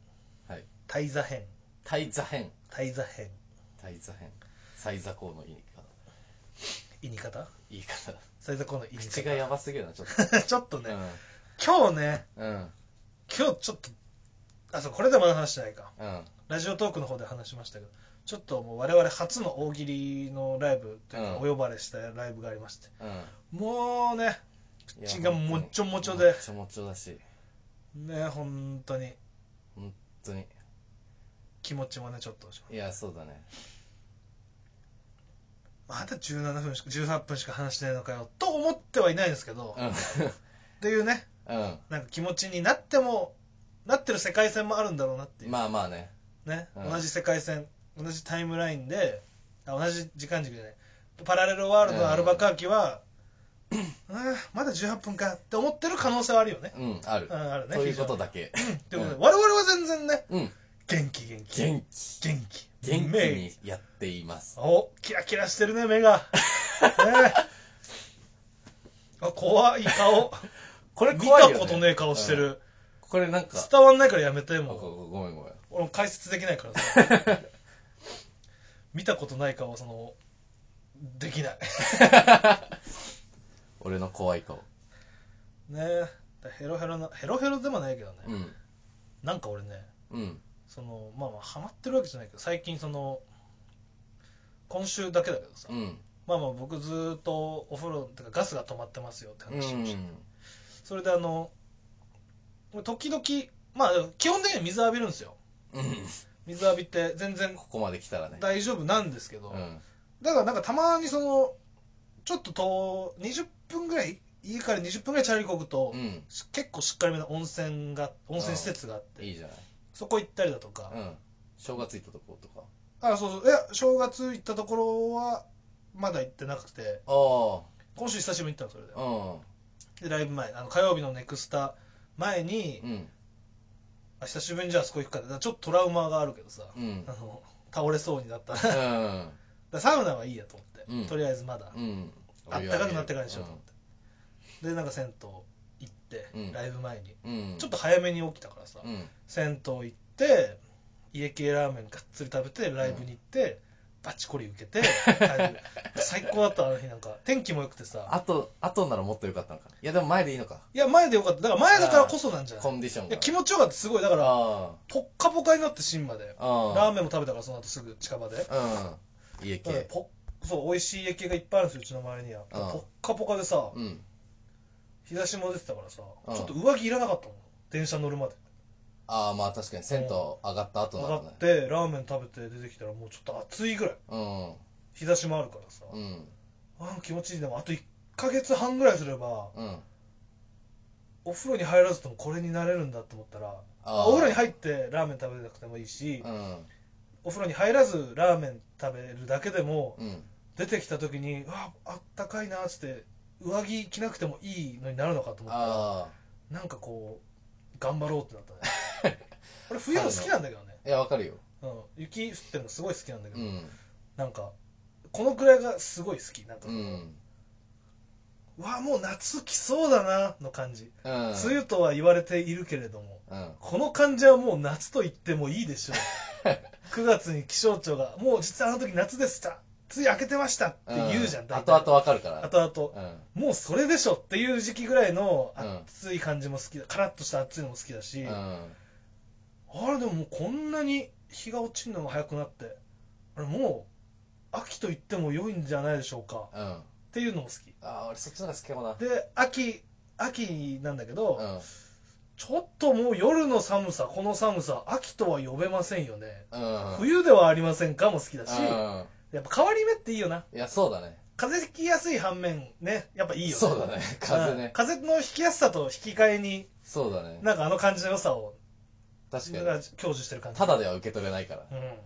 [SPEAKER 1] はい
[SPEAKER 2] 大座編
[SPEAKER 1] 大座編
[SPEAKER 2] 大座編
[SPEAKER 1] 大座編最座高の言い方
[SPEAKER 2] 言い方
[SPEAKER 1] 言い方
[SPEAKER 2] 最座この言い
[SPEAKER 1] 口がやばすぎるなちょっと
[SPEAKER 2] 方 ちょっとね、今日ね
[SPEAKER 1] うんうん
[SPEAKER 2] 今日ちょっとあそうこれでまだ話してないか
[SPEAKER 1] うん
[SPEAKER 2] ラジオトークの方で話しましたけどちょっともう我々初の大喜利のライブというかお
[SPEAKER 1] うん
[SPEAKER 2] 呼ばれしたライブがありまして、
[SPEAKER 1] うん
[SPEAKER 2] もうね
[SPEAKER 1] いや
[SPEAKER 2] 口がもっちょもちょで
[SPEAKER 1] もっちょもちょだし
[SPEAKER 2] ね本当に
[SPEAKER 1] 本当に
[SPEAKER 2] 気持ちもねちょっとし
[SPEAKER 1] いやそうだね
[SPEAKER 2] まだ17分しか18分しか話してないのかよと思ってはいないですけど、
[SPEAKER 1] う
[SPEAKER 2] っ
[SPEAKER 1] ん
[SPEAKER 2] ていうね
[SPEAKER 1] うん
[SPEAKER 2] なんか気持ちになってもなってる世界線もあるんだろうなっていう、
[SPEAKER 1] まあまあね
[SPEAKER 2] ね、
[SPEAKER 1] うん
[SPEAKER 2] 同じ世界線同じタイムラインであ同じ時間軸じゃないパラレルワールドのアルバカーキは、あーまだ18分かって思ってる可能性はあるよね、
[SPEAKER 1] うんある
[SPEAKER 2] うんあるね
[SPEAKER 1] そういうことだけ
[SPEAKER 2] ということで我々は全然ね
[SPEAKER 1] うん
[SPEAKER 2] 元気元気
[SPEAKER 1] 元気
[SPEAKER 2] 元気
[SPEAKER 1] 元気
[SPEAKER 2] 目
[SPEAKER 1] にやっています
[SPEAKER 2] おキラキラしてるね目が、ねあ怖 い顔
[SPEAKER 1] これ
[SPEAKER 2] 見
[SPEAKER 1] 怖いよ
[SPEAKER 2] た
[SPEAKER 1] ね
[SPEAKER 2] ことねえ顔して
[SPEAKER 1] うん
[SPEAKER 2] る、
[SPEAKER 1] これなんか
[SPEAKER 2] 伝わんないからやめて
[SPEAKER 1] ご
[SPEAKER 2] もう
[SPEAKER 1] ごごめんごめん
[SPEAKER 2] 俺も解説できないからさ見たことない顔はそのできない
[SPEAKER 1] 俺の怖い顔
[SPEAKER 2] ねえヘロヘロなヘロヘロでもないけどね、
[SPEAKER 1] うん
[SPEAKER 2] なんか俺ね
[SPEAKER 1] うん
[SPEAKER 2] そのまあまあハマってるわけじゃないけど最近その今週だけだけどさ、
[SPEAKER 1] うん
[SPEAKER 2] まあまあ僕ずーっとお風呂てかガスが止まってますよって
[SPEAKER 1] う
[SPEAKER 2] 話をして、
[SPEAKER 1] ん
[SPEAKER 2] それであの俺時々まあ基本的には水浴びるんですよ
[SPEAKER 1] うん
[SPEAKER 2] 水浴びて全然
[SPEAKER 1] ここまで来たらね
[SPEAKER 2] 大丈夫なんですけど、
[SPEAKER 1] うん
[SPEAKER 2] だからなんかたまにそのちょっと遠20分ぐらい家から20分ぐらいチャリこぐと、
[SPEAKER 1] うん
[SPEAKER 2] 結構しっかりめな温泉が温泉施設があって
[SPEAKER 1] いいじゃない
[SPEAKER 2] そこ行ったりだとか、
[SPEAKER 1] うん正月行ったとことか
[SPEAKER 2] あそうそういや正月行ったところはまだ行ってなくて
[SPEAKER 1] あ
[SPEAKER 2] 今週久しぶりに行ったのそれで
[SPEAKER 1] あうん
[SPEAKER 2] でライブ前あの火曜日のネクスタ前に、
[SPEAKER 1] うん
[SPEAKER 2] あ久しぶりにじゃあそこ行くかってだからちょっとトラウマがあるけどさ、
[SPEAKER 1] うん
[SPEAKER 2] あの倒れそうになったらだか
[SPEAKER 1] うん
[SPEAKER 2] らサウナはいいやと思って、
[SPEAKER 1] うん
[SPEAKER 2] とりあえずまだ
[SPEAKER 1] うん
[SPEAKER 2] あったかくなってからにしようと思って、でなんか銭湯行って、
[SPEAKER 1] うん
[SPEAKER 2] ライブ前に
[SPEAKER 1] うん
[SPEAKER 2] ちょっ
[SPEAKER 1] と
[SPEAKER 2] と早めに起きたからさ、
[SPEAKER 1] うん
[SPEAKER 2] 銭湯行って家系ラーメンがっつり食べてライブに行って、バチコリ受けて帰る最高だったあの日なんか天気も良くてさ
[SPEAKER 1] あとあとならもっと良かったのかいやでも前でいいのか
[SPEAKER 2] いや前でよかっただから前だからこそなんじゃな
[SPEAKER 1] コ
[SPEAKER 2] い
[SPEAKER 1] ンディション
[SPEAKER 2] い
[SPEAKER 1] が
[SPEAKER 2] や気持ちよかったすごいだから
[SPEAKER 1] あ
[SPEAKER 2] ポッカポカになって芯まで
[SPEAKER 1] あああ
[SPEAKER 2] ラーメンも食べたからその後すぐ近場で
[SPEAKER 1] うん家
[SPEAKER 2] だから
[SPEAKER 1] 系
[SPEAKER 2] ポッそう美味しい家系がいっぱいあるんですようちの周りにはポ
[SPEAKER 1] ああ
[SPEAKER 2] ッカポカでさ
[SPEAKER 1] うん
[SPEAKER 2] 日差しも出てたからさ
[SPEAKER 1] ああ
[SPEAKER 2] ちょっと上着いらなかったもん電車乗るまで
[SPEAKER 1] ああまあ確かに銭湯上がった後
[SPEAKER 2] 上
[SPEAKER 1] な
[SPEAKER 2] が
[SPEAKER 1] ら
[SPEAKER 2] っ
[SPEAKER 1] ね
[SPEAKER 2] てラーメン食べて出てきたらもうちょっと暑いぐらい
[SPEAKER 1] うん
[SPEAKER 2] 日差しもあるからさ
[SPEAKER 1] うん
[SPEAKER 2] あー気持ちいいでもあと1ヶ月半ぐらいすれば
[SPEAKER 1] うん
[SPEAKER 2] お風呂に入らずともこれになれるんだと思ったら
[SPEAKER 1] あー
[SPEAKER 2] お風呂に入ってラーメン食べなくてもいいし、
[SPEAKER 1] うん
[SPEAKER 2] お風呂に入らずラーメン食べるだけでも
[SPEAKER 1] うん
[SPEAKER 2] 出てきた時にああったかいなっつって上着着なくてもいいのになるのかと思ったら
[SPEAKER 1] あ
[SPEAKER 2] なんかこう頑張ろうってなったね 俺冬の好きなんだけどね、
[SPEAKER 1] あいやわかるよ
[SPEAKER 2] うん、雪降ってるのすごい好きなんだけ
[SPEAKER 1] う
[SPEAKER 2] ど、
[SPEAKER 1] ん
[SPEAKER 2] なんかこのくらいがすごい好きなんか
[SPEAKER 1] う
[SPEAKER 2] こう、
[SPEAKER 1] ん
[SPEAKER 2] うわもう夏来そうだなの感じ
[SPEAKER 1] うん
[SPEAKER 2] 梅雨とは言われているけれども、
[SPEAKER 1] うん
[SPEAKER 2] この感じはもう夏と言ってもいい でしょう。9月に気象庁が、もう実はあの時夏でした、梅雨明けてましたって言うじゃん、
[SPEAKER 1] あ
[SPEAKER 2] 大
[SPEAKER 1] と
[SPEAKER 2] 体
[SPEAKER 1] あとわかるから
[SPEAKER 2] 後々
[SPEAKER 1] うん
[SPEAKER 2] もうそれでしょっていう時期ぐらいの
[SPEAKER 1] うん
[SPEAKER 2] 暑い感じも好きだ、カラッとした暑いのも好きだし、あ
[SPEAKER 1] うん
[SPEAKER 2] れでももうこんなに日が落ちるのが早くなって、あれもう秋と言っても良いんじゃないでしょうか
[SPEAKER 1] うんあ
[SPEAKER 2] っていうのも好き。
[SPEAKER 1] あ俺そっちの方が好きかもな
[SPEAKER 2] で、秋、秋なんだけど、
[SPEAKER 1] うん
[SPEAKER 2] ちょっともう夜の寒さ、この寒さ、秋とは呼べませんよね。
[SPEAKER 1] うん
[SPEAKER 2] 冬ではありませんかも好きだし、
[SPEAKER 1] うん
[SPEAKER 2] やっぱ変わり目っていいよな。
[SPEAKER 1] いやそうだね
[SPEAKER 2] 風邪ひきやすい反面、ね、やっぱいいよね。
[SPEAKER 1] そうだね風
[SPEAKER 2] うん
[SPEAKER 1] ね
[SPEAKER 2] 風のひきやすさと引き換えに、
[SPEAKER 1] そうだね
[SPEAKER 2] なんかあの感じの良さを、
[SPEAKER 1] 確か
[SPEAKER 2] が
[SPEAKER 1] に
[SPEAKER 2] 享受してる感じ。
[SPEAKER 1] ただでは受け取れないから
[SPEAKER 2] うん。やっ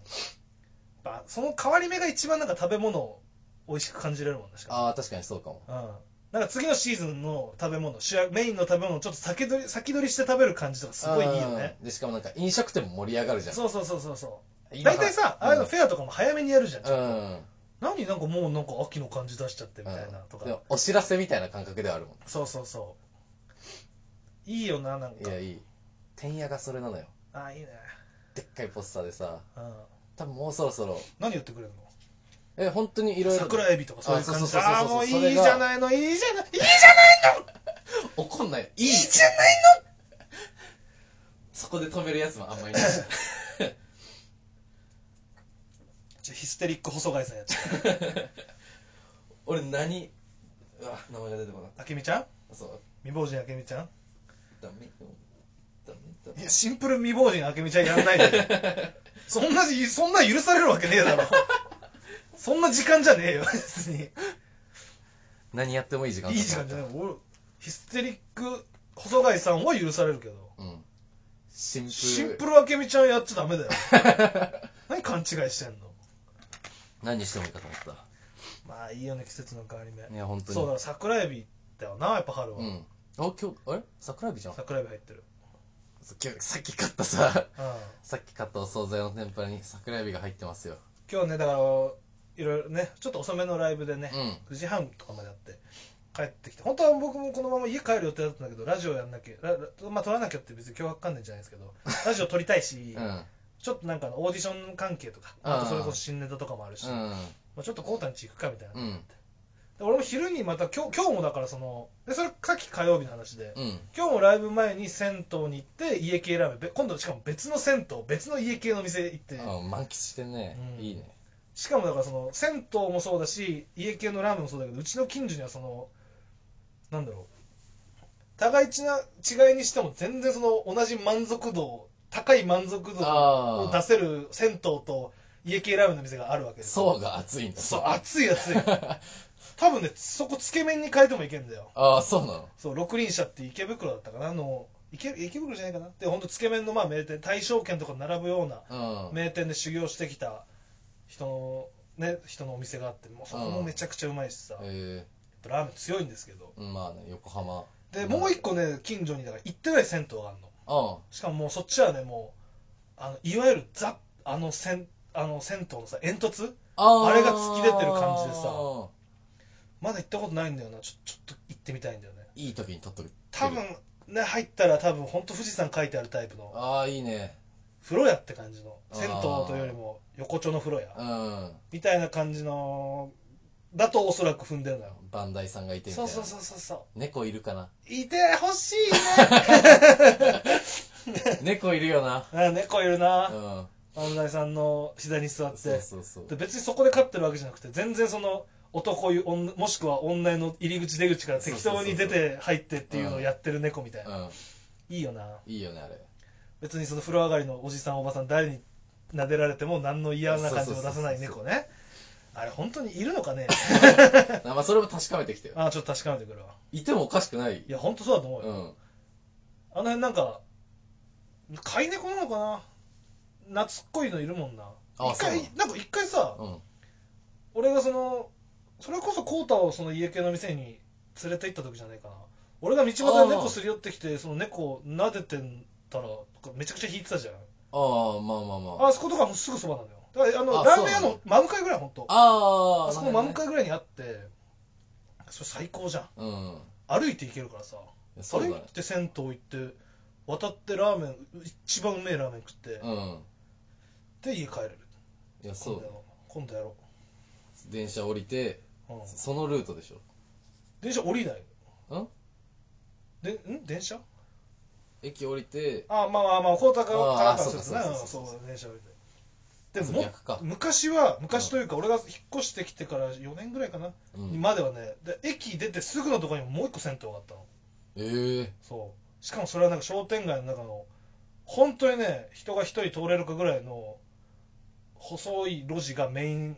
[SPEAKER 2] ぱその変わり目が一番なんか食べ物を美味しく感じれるもんね、しか
[SPEAKER 1] ああ確かにそうかも
[SPEAKER 2] もうん。なんか次のシーズンの食べ物、主役、メインの食べ物をちょっと先取り、先取りして食べる感じとかすごいいいよね。
[SPEAKER 1] うんでしかもなんか飲食店も盛り上がるじゃん
[SPEAKER 2] そうそうそうそうそう。
[SPEAKER 1] 今
[SPEAKER 2] 大体さ、ああいうのフェアとかも早めにやるじゃん。
[SPEAKER 1] うん
[SPEAKER 2] 何なんかもうなんか秋の感じ出しちゃってみたいなと
[SPEAKER 1] うんで
[SPEAKER 2] か
[SPEAKER 1] も。お知らせみたいな感覚ではあるもん
[SPEAKER 2] そうそうそう。いいよな、なん
[SPEAKER 1] い
[SPEAKER 2] か
[SPEAKER 1] や。いいてんやがそれなのよ
[SPEAKER 2] ああ、いいね。
[SPEAKER 1] でっかいポスターでさ
[SPEAKER 2] うん。
[SPEAKER 1] 多分もうそろそろ
[SPEAKER 2] 何言ってくれるの
[SPEAKER 1] え本当にいろいろ
[SPEAKER 2] 桜エビとかそういう感じ。ああ、もういいじゃないの、いいじゃない、いいじゃないの
[SPEAKER 1] 怒んない
[SPEAKER 2] い
[SPEAKER 1] いい
[SPEAKER 2] いじゃないの
[SPEAKER 1] そこで止めるやつもあんま りいないし
[SPEAKER 2] ちょヒステリック細貝さんやっちゃう。
[SPEAKER 1] 俺何うわ名前が出てこなかっ
[SPEAKER 2] あけみちゃん
[SPEAKER 1] たそう
[SPEAKER 2] 未亡人あけみちゃん
[SPEAKER 1] ダメダメダ
[SPEAKER 2] い
[SPEAKER 1] メ
[SPEAKER 2] や、シンプル未亡人あけみちゃんやんないで。そんな、そんな許されるわけねえだろ。そんな時間じゃねえよ、別に。
[SPEAKER 1] 何やってもいい時間
[SPEAKER 2] いい時間じゃない俺ヒステリック細貝さんは許されるけど
[SPEAKER 1] うんシンプル
[SPEAKER 2] シンプルあけみちゃんやっちゃダメだよ 何勘違いしてんの
[SPEAKER 1] 何してもいいかと思った
[SPEAKER 2] まあいいよね季節の変わり目
[SPEAKER 1] いや本当に
[SPEAKER 2] そうだ桜エビだよなやっぱ春は、
[SPEAKER 1] うんあ今日あれ桜エビじゃん
[SPEAKER 2] 桜エビ入ってる
[SPEAKER 1] さ今日さっき買ったさ
[SPEAKER 2] うん
[SPEAKER 1] さっき買ったお惣菜の天ぷらに桜エビが入ってますよ
[SPEAKER 2] 今日ねだからいろいろねちょっと遅めのライブでね、
[SPEAKER 1] う
[SPEAKER 2] 9時半とかまであって帰ってきて本当は僕もこのまま家帰る予定だったんだけどラジオやんなきゃララまあ撮らなきゃって別に脅迫観念じゃないですけどラジオ撮りたいし、
[SPEAKER 1] うん
[SPEAKER 2] ちょっとなんかあのオーディション関係とか、
[SPEAKER 1] うん
[SPEAKER 2] あとそれこそ新ネタとかもあるし、
[SPEAKER 1] う
[SPEAKER 2] ま
[SPEAKER 1] ん
[SPEAKER 2] あ、ちょっとコータンチ行くかみたいな、
[SPEAKER 1] う
[SPEAKER 2] で
[SPEAKER 1] ん
[SPEAKER 2] 俺も昼にまた今日今日もだからそのでそれさっき火曜日の話で、
[SPEAKER 1] うん
[SPEAKER 2] 今日もライブ前に銭湯に行って家系ラーメンべ今度しかも別の銭湯別の家系の店行って、
[SPEAKER 1] あ満喫してね
[SPEAKER 2] うん
[SPEAKER 1] いいね
[SPEAKER 2] しかもだからその銭湯もそうだし家系のラーメンもそうだけどうちの近所にはそのなんだろう互い違いにしても全然その同じ満足度高い満足度を出
[SPEAKER 1] ああ
[SPEAKER 2] せる銭湯と家系ラーメンの店があるわけですよ
[SPEAKER 1] 層が熱いんだ
[SPEAKER 2] そう熱い熱い多分ねそこつけ麺に変えてもいけんだよ
[SPEAKER 1] ああそうなの
[SPEAKER 2] そう六輪車って池袋だったかなあの池池袋じゃないかなで本当つけ麺のまあ名店大正軒とか並ぶような
[SPEAKER 1] うん
[SPEAKER 2] 名店で修行してきた人のね人のお店があってもうそこもめちゃくちゃうまいしさ、
[SPEAKER 1] え
[SPEAKER 2] ラーメン強いんですけど
[SPEAKER 1] えまあね横浜
[SPEAKER 2] でもう一個ね近所にだから行ってない銭湯があるの
[SPEAKER 1] あ
[SPEAKER 2] しかももうそっちはねもうあのいわゆるザあの銭あの銭湯のさ煙突
[SPEAKER 1] あ
[SPEAKER 2] あれが突き出てる感じでさまだ行ったことないんだよなちょちょっと行ってみたいんだよね
[SPEAKER 1] いい時に撮っとく
[SPEAKER 2] 多分ね入ったら多分本当富士山書いてあるタイプの
[SPEAKER 1] ああいいね
[SPEAKER 2] 風呂屋って感じの
[SPEAKER 1] あー
[SPEAKER 2] 銭湯というよりも横丁の風呂屋
[SPEAKER 1] うん
[SPEAKER 2] みたいな感じのだとおそらく踏んでるのよ
[SPEAKER 1] バンダイさんがいてみたい
[SPEAKER 2] そう
[SPEAKER 1] な
[SPEAKER 2] そうそうそうそ
[SPEAKER 1] 猫いるかな
[SPEAKER 2] ういてほしいね
[SPEAKER 1] 猫いるよな
[SPEAKER 2] あ 猫いるな
[SPEAKER 1] うん
[SPEAKER 2] 安西さんの膝に座って
[SPEAKER 1] そうそうそう
[SPEAKER 2] で別にそこで飼ってるわけじゃなくて全然その男湯女もしくは女湯の入り口出口から適当に出て入ってっていうのをやってる猫みたいな、
[SPEAKER 1] うん
[SPEAKER 2] いいよない
[SPEAKER 1] いよねあれ
[SPEAKER 2] 別にその風呂上がりのおじさんおばさん誰に撫でられても何の嫌な感じも出さない猫ねあれ本当にいるのかね
[SPEAKER 1] あまあそれも確かめてきてよ
[SPEAKER 2] ああちょっと確かめてくるわ
[SPEAKER 1] いてもおかしくない
[SPEAKER 2] いや本当そうだと
[SPEAKER 1] う
[SPEAKER 2] 思うよ、
[SPEAKER 1] ん
[SPEAKER 2] あの辺なんか飼い猫なのかな懐っこいのいるもんな
[SPEAKER 1] あ
[SPEAKER 2] 一回
[SPEAKER 1] そうな
[SPEAKER 2] なんか一回さ、
[SPEAKER 1] うん
[SPEAKER 2] 俺がそのそれこそコウタをその家系の店に連れて行った時じゃないかな俺が道端で
[SPEAKER 1] ああ
[SPEAKER 2] 猫すり寄ってきてその猫を撫でてたらめちゃくちゃ引いてたじゃん
[SPEAKER 1] ああまあまあまあ
[SPEAKER 2] あそことかもうすぐそばなのよだからあの
[SPEAKER 1] あ
[SPEAKER 2] ラーメン屋
[SPEAKER 1] そうな
[SPEAKER 2] の真向かいぐらい本当あ
[SPEAKER 1] ああ
[SPEAKER 2] そこの真向かいぐらいにあってそれ最高じゃん
[SPEAKER 1] うん
[SPEAKER 2] 歩いて行けるからさ
[SPEAKER 1] そ
[SPEAKER 2] 歩
[SPEAKER 1] う
[SPEAKER 2] い
[SPEAKER 1] だね
[SPEAKER 2] て銭湯行って渡ってラーメン一番うめえラーメン食って、
[SPEAKER 1] うん
[SPEAKER 2] で家帰れる
[SPEAKER 1] いやそ
[SPEAKER 2] 今
[SPEAKER 1] うだ
[SPEAKER 2] 度や
[SPEAKER 1] よ
[SPEAKER 2] ろう今度やろ
[SPEAKER 1] 電車降りて
[SPEAKER 2] う、うん、
[SPEAKER 1] そのルートでしょ
[SPEAKER 2] 電車降りない
[SPEAKER 1] ん
[SPEAKER 2] でん電車
[SPEAKER 1] 駅降りて
[SPEAKER 2] あまあまあまあ、こうたか
[SPEAKER 1] あー
[SPEAKER 2] らからすると
[SPEAKER 1] そ
[SPEAKER 2] ね、
[SPEAKER 1] う
[SPEAKER 2] う
[SPEAKER 1] か
[SPEAKER 2] ん
[SPEAKER 1] そうか
[SPEAKER 2] そう、電車降りて。で
[SPEAKER 1] そう
[SPEAKER 2] も
[SPEAKER 1] 逆か、
[SPEAKER 2] 昔は、昔というか、俺が引っ越してきてから4年ぐらいかな、
[SPEAKER 1] うん
[SPEAKER 2] まではねで、駅出てすぐのところにももう一個銭湯があったの。
[SPEAKER 1] ええ
[SPEAKER 2] そう。しかもそれはなんか商店街の中の、本当にね、人が一人通れるかぐらいの、細い路地がメイン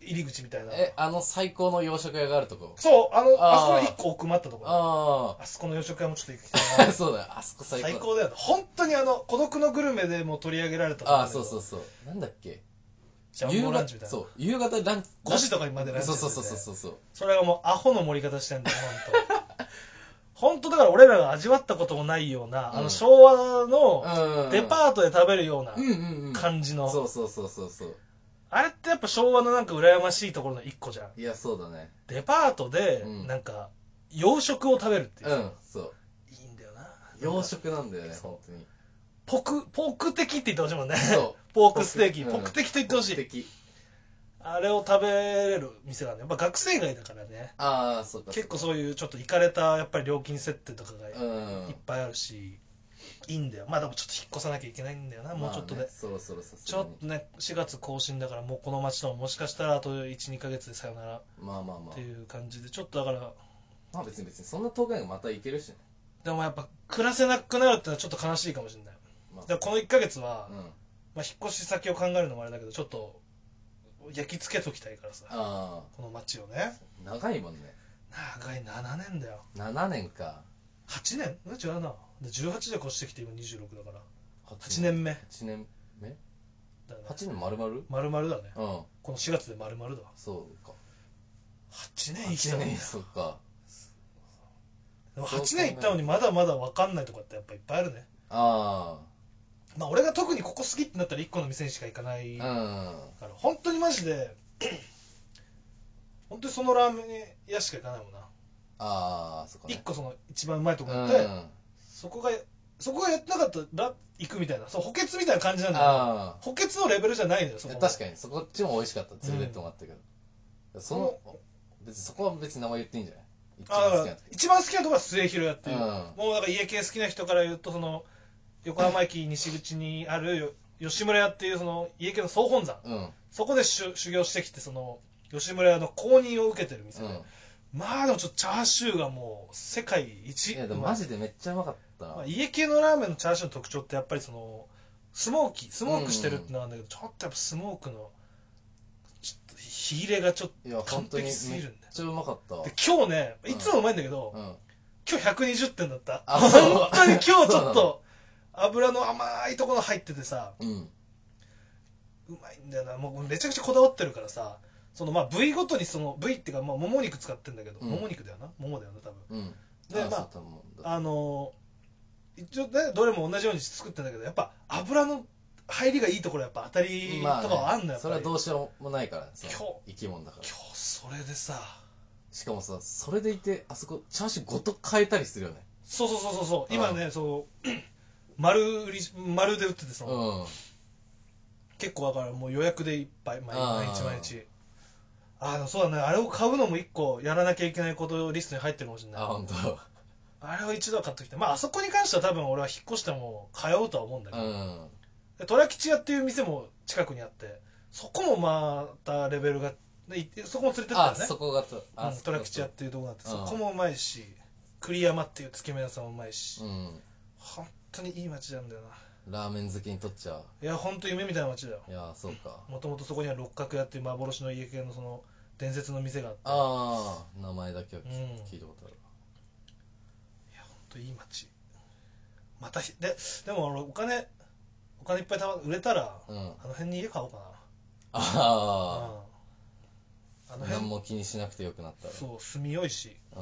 [SPEAKER 2] 入り口みたいな。
[SPEAKER 1] えあの最高の洋食屋があるとこ
[SPEAKER 2] そう、あの、
[SPEAKER 1] あー
[SPEAKER 2] あそこの一個奥まったところ。
[SPEAKER 1] あ
[SPEAKER 2] あそこの洋食屋もちょっと行きたいな
[SPEAKER 1] あ そうだよあそこ最高
[SPEAKER 2] 最高だよ本当にあの孤独のグルメでも取り上げられた
[SPEAKER 1] ああそうそううそうなんだっけ
[SPEAKER 2] ジャンボランチみたいな
[SPEAKER 1] そう夕方ランチ
[SPEAKER 2] 5時とかにまでランチ
[SPEAKER 1] そ
[SPEAKER 2] や
[SPEAKER 1] う
[SPEAKER 2] っ
[SPEAKER 1] そ
[SPEAKER 2] てて
[SPEAKER 1] うそうそうそう
[SPEAKER 2] それがもうアホの盛り方してんだよ 本当本当だから俺らが味わったこともないような、あ
[SPEAKER 1] うん
[SPEAKER 2] の昭和の
[SPEAKER 1] うん
[SPEAKER 2] デパートで食べるような
[SPEAKER 1] うんうんうん
[SPEAKER 2] 感じの、
[SPEAKER 1] そうそうそうそうそう
[SPEAKER 2] あれってやっぱ昭和のなんか羨ましいところの一個じゃん
[SPEAKER 1] いやそうだね
[SPEAKER 2] デパートで
[SPEAKER 1] うん
[SPEAKER 2] なんか洋食を食べるっていう、
[SPEAKER 1] うんそう
[SPEAKER 2] いいんだよな
[SPEAKER 1] 洋食なんだよね
[SPEAKER 2] そう
[SPEAKER 1] 本当に
[SPEAKER 2] ポクポーク的って言ってほしいもんね
[SPEAKER 1] そう
[SPEAKER 2] ポークステーキ
[SPEAKER 1] うん
[SPEAKER 2] ポク的と言ってほしい
[SPEAKER 1] 敵
[SPEAKER 2] あれを食べれる店がね、まあ、学生街だからね、
[SPEAKER 1] ああそうか
[SPEAKER 2] 結構そういうちょっと行かれたやっぱり料金設定とかがいっ
[SPEAKER 1] うん
[SPEAKER 2] ぱいあるし、いいんだよ、まあでもちょっと引っ越さなきゃいけないんだよな、もうちょっとで、
[SPEAKER 1] まあねそろそろさす
[SPEAKER 2] ち
[SPEAKER 1] が
[SPEAKER 2] ょ
[SPEAKER 1] に
[SPEAKER 2] っとね、4月更新だから、もうこの街とももしかしたらあと1、2ヶ月でさよなら
[SPEAKER 1] まあまあま
[SPEAKER 2] っ
[SPEAKER 1] あ
[SPEAKER 2] ていう感じで、ちょっとだから、
[SPEAKER 1] まあ別に別にそんな遠くないからまた行けるしね
[SPEAKER 2] でもやっぱ暮らせなくなるってのはちょっと悲しいかもしれない、
[SPEAKER 1] ま
[SPEAKER 2] だからこの1ヶ月は
[SPEAKER 1] あ、うん
[SPEAKER 2] まあ、引っ越し先を考えるのもあれだけど、ちょっと焼き付けときたいからさ、
[SPEAKER 1] あ
[SPEAKER 2] この街をね、
[SPEAKER 1] あ長いもんね
[SPEAKER 2] 長い7年だよ。
[SPEAKER 1] 7年か
[SPEAKER 2] 8年うん違うなで18で越してきて今26だから8年目
[SPEAKER 1] 8年目
[SPEAKER 2] だね
[SPEAKER 1] 8年丸々うん
[SPEAKER 2] 丸々だねこの4月で丸々だ
[SPEAKER 1] そうか
[SPEAKER 2] 8年生きた
[SPEAKER 1] 8
[SPEAKER 2] の
[SPEAKER 1] 年
[SPEAKER 2] に
[SPEAKER 1] そっか
[SPEAKER 2] でも8年行ったのにまだまだ分かんないとこってやっぱいっぱいあるね
[SPEAKER 1] あ
[SPEAKER 2] まあ俺が特にここ好きってなったら1個の店にしか行かな
[SPEAKER 1] あ
[SPEAKER 2] い
[SPEAKER 1] うん
[SPEAKER 2] から本当にマジで 本当にそのラーメン屋しか行かないもんな
[SPEAKER 1] ああそっか
[SPEAKER 2] 1
[SPEAKER 1] ね
[SPEAKER 2] 個その一番うまいとこ行って
[SPEAKER 1] あ
[SPEAKER 2] そこがそこがやってなかったら行くみたいなそう補欠みたいな感じなんだよ
[SPEAKER 1] あ
[SPEAKER 2] 補欠のレベルじゃないのよそ
[SPEAKER 1] いや
[SPEAKER 2] こも
[SPEAKER 1] 確かにそこっちも美味しかった連れてってもらったけど、その別にそこは別に名前言っていいんじゃない一
[SPEAKER 2] あ
[SPEAKER 1] 番好
[SPEAKER 2] だ
[SPEAKER 1] き
[SPEAKER 2] か
[SPEAKER 1] な
[SPEAKER 2] ら一番好きなところは末広屋っていう、
[SPEAKER 1] うん
[SPEAKER 2] もうだから家系好きな人から言うとその横浜駅西口にあるよ吉村屋っていうその家系の総本山
[SPEAKER 1] うん
[SPEAKER 2] そこで修修行してきてその吉村屋の公認を受けてる店で、
[SPEAKER 1] うん
[SPEAKER 2] まあでもちょっとチャーシューがもう世界一
[SPEAKER 1] いやでも
[SPEAKER 2] まあ
[SPEAKER 1] マジでめっちゃうまかったな、
[SPEAKER 2] まあ家系のラーメンのチャーシューの特徴ってやっぱりそのスモーキースモークしてるってのがあるんだけど、ちょっとやっぱスモークのちょっと火入れがちょっ
[SPEAKER 1] いや
[SPEAKER 2] と
[SPEAKER 1] 本
[SPEAKER 2] 完
[SPEAKER 1] 当にめ
[SPEAKER 2] 璧
[SPEAKER 1] っ
[SPEAKER 2] すぎるんだよ
[SPEAKER 1] ちゃうまかったわ
[SPEAKER 2] で今日ねいつもうまいんだけど、
[SPEAKER 1] うん
[SPEAKER 2] 今日120点だった。
[SPEAKER 1] あ
[SPEAKER 2] 本
[SPEAKER 1] そう
[SPEAKER 2] 当に今日ちょっ
[SPEAKER 1] そうなの
[SPEAKER 2] と、油の甘いところ入っててさ、
[SPEAKER 1] うん
[SPEAKER 2] うまいんだよな。もうめちゃくちゃこだわってるからさ、そのまあ部位ごとにその部位っていうか、まあもも肉使ってんだけど、
[SPEAKER 1] うん
[SPEAKER 2] もも肉だよな。ももだよな、多分。
[SPEAKER 1] うん
[SPEAKER 2] でまあ
[SPEAKER 1] そう多分
[SPEAKER 2] あのー、一応ね、どれも同じように作ってんだけど、やっぱ油の入りがいいところやっぱ当たりとか
[SPEAKER 1] まあね
[SPEAKER 2] はあんのよ、やっ
[SPEAKER 1] そ
[SPEAKER 2] ぱ
[SPEAKER 1] れは
[SPEAKER 2] り。
[SPEAKER 1] ど
[SPEAKER 2] 今
[SPEAKER 1] うしようもないから
[SPEAKER 2] 今
[SPEAKER 1] 生き物だから
[SPEAKER 2] 日それでさ、
[SPEAKER 1] しかもさそれでいてあそこチャーシューごと変えたりするよね
[SPEAKER 2] そうそうそうそうそう今ね、そう 丸売り丸で売っててその、
[SPEAKER 1] うん
[SPEAKER 2] 結構だからもう予約でいっぱい毎
[SPEAKER 1] あー
[SPEAKER 2] 毎日毎日ああでもそうだねあれを買うのも一個やらなきゃいけないことリストに入ってるかもしれない
[SPEAKER 1] あ本当。
[SPEAKER 2] あれを一度は買っときたいまああそこに関しては多分俺は引っ越しても通うとは思うんだけ
[SPEAKER 1] う
[SPEAKER 2] ど、
[SPEAKER 1] ん
[SPEAKER 2] で虎吉屋っていう店も近くにあってそこもまたレベルがでいそこも連れてった
[SPEAKER 1] あ
[SPEAKER 2] よね
[SPEAKER 1] そこがとあ
[SPEAKER 2] うん、トラ吉屋っていうとこがあってそ
[SPEAKER 1] うん
[SPEAKER 2] こもうまいし栗山っていうつけ麺屋さんもうまいし、
[SPEAKER 1] うん
[SPEAKER 2] 本当にいい街なんだよな
[SPEAKER 1] ラーメン好きにとっちゃ
[SPEAKER 2] いや本当夢みたいな街だよ
[SPEAKER 1] いやそうか
[SPEAKER 2] もともとそこには六角屋っていう幻の家系のその伝説の店があって本
[SPEAKER 1] ああ名前だけは聞,、
[SPEAKER 2] うん
[SPEAKER 1] いたことある
[SPEAKER 2] 当いい街またひででも俺お金お金いっぱいたま売れたら
[SPEAKER 1] うん
[SPEAKER 2] あの辺に家買おうかな
[SPEAKER 1] あ
[SPEAKER 2] うんあ
[SPEAKER 1] あ
[SPEAKER 2] の
[SPEAKER 1] 何
[SPEAKER 2] 辺
[SPEAKER 1] も気にしなくてよくなったら
[SPEAKER 2] そう住みよいし
[SPEAKER 1] う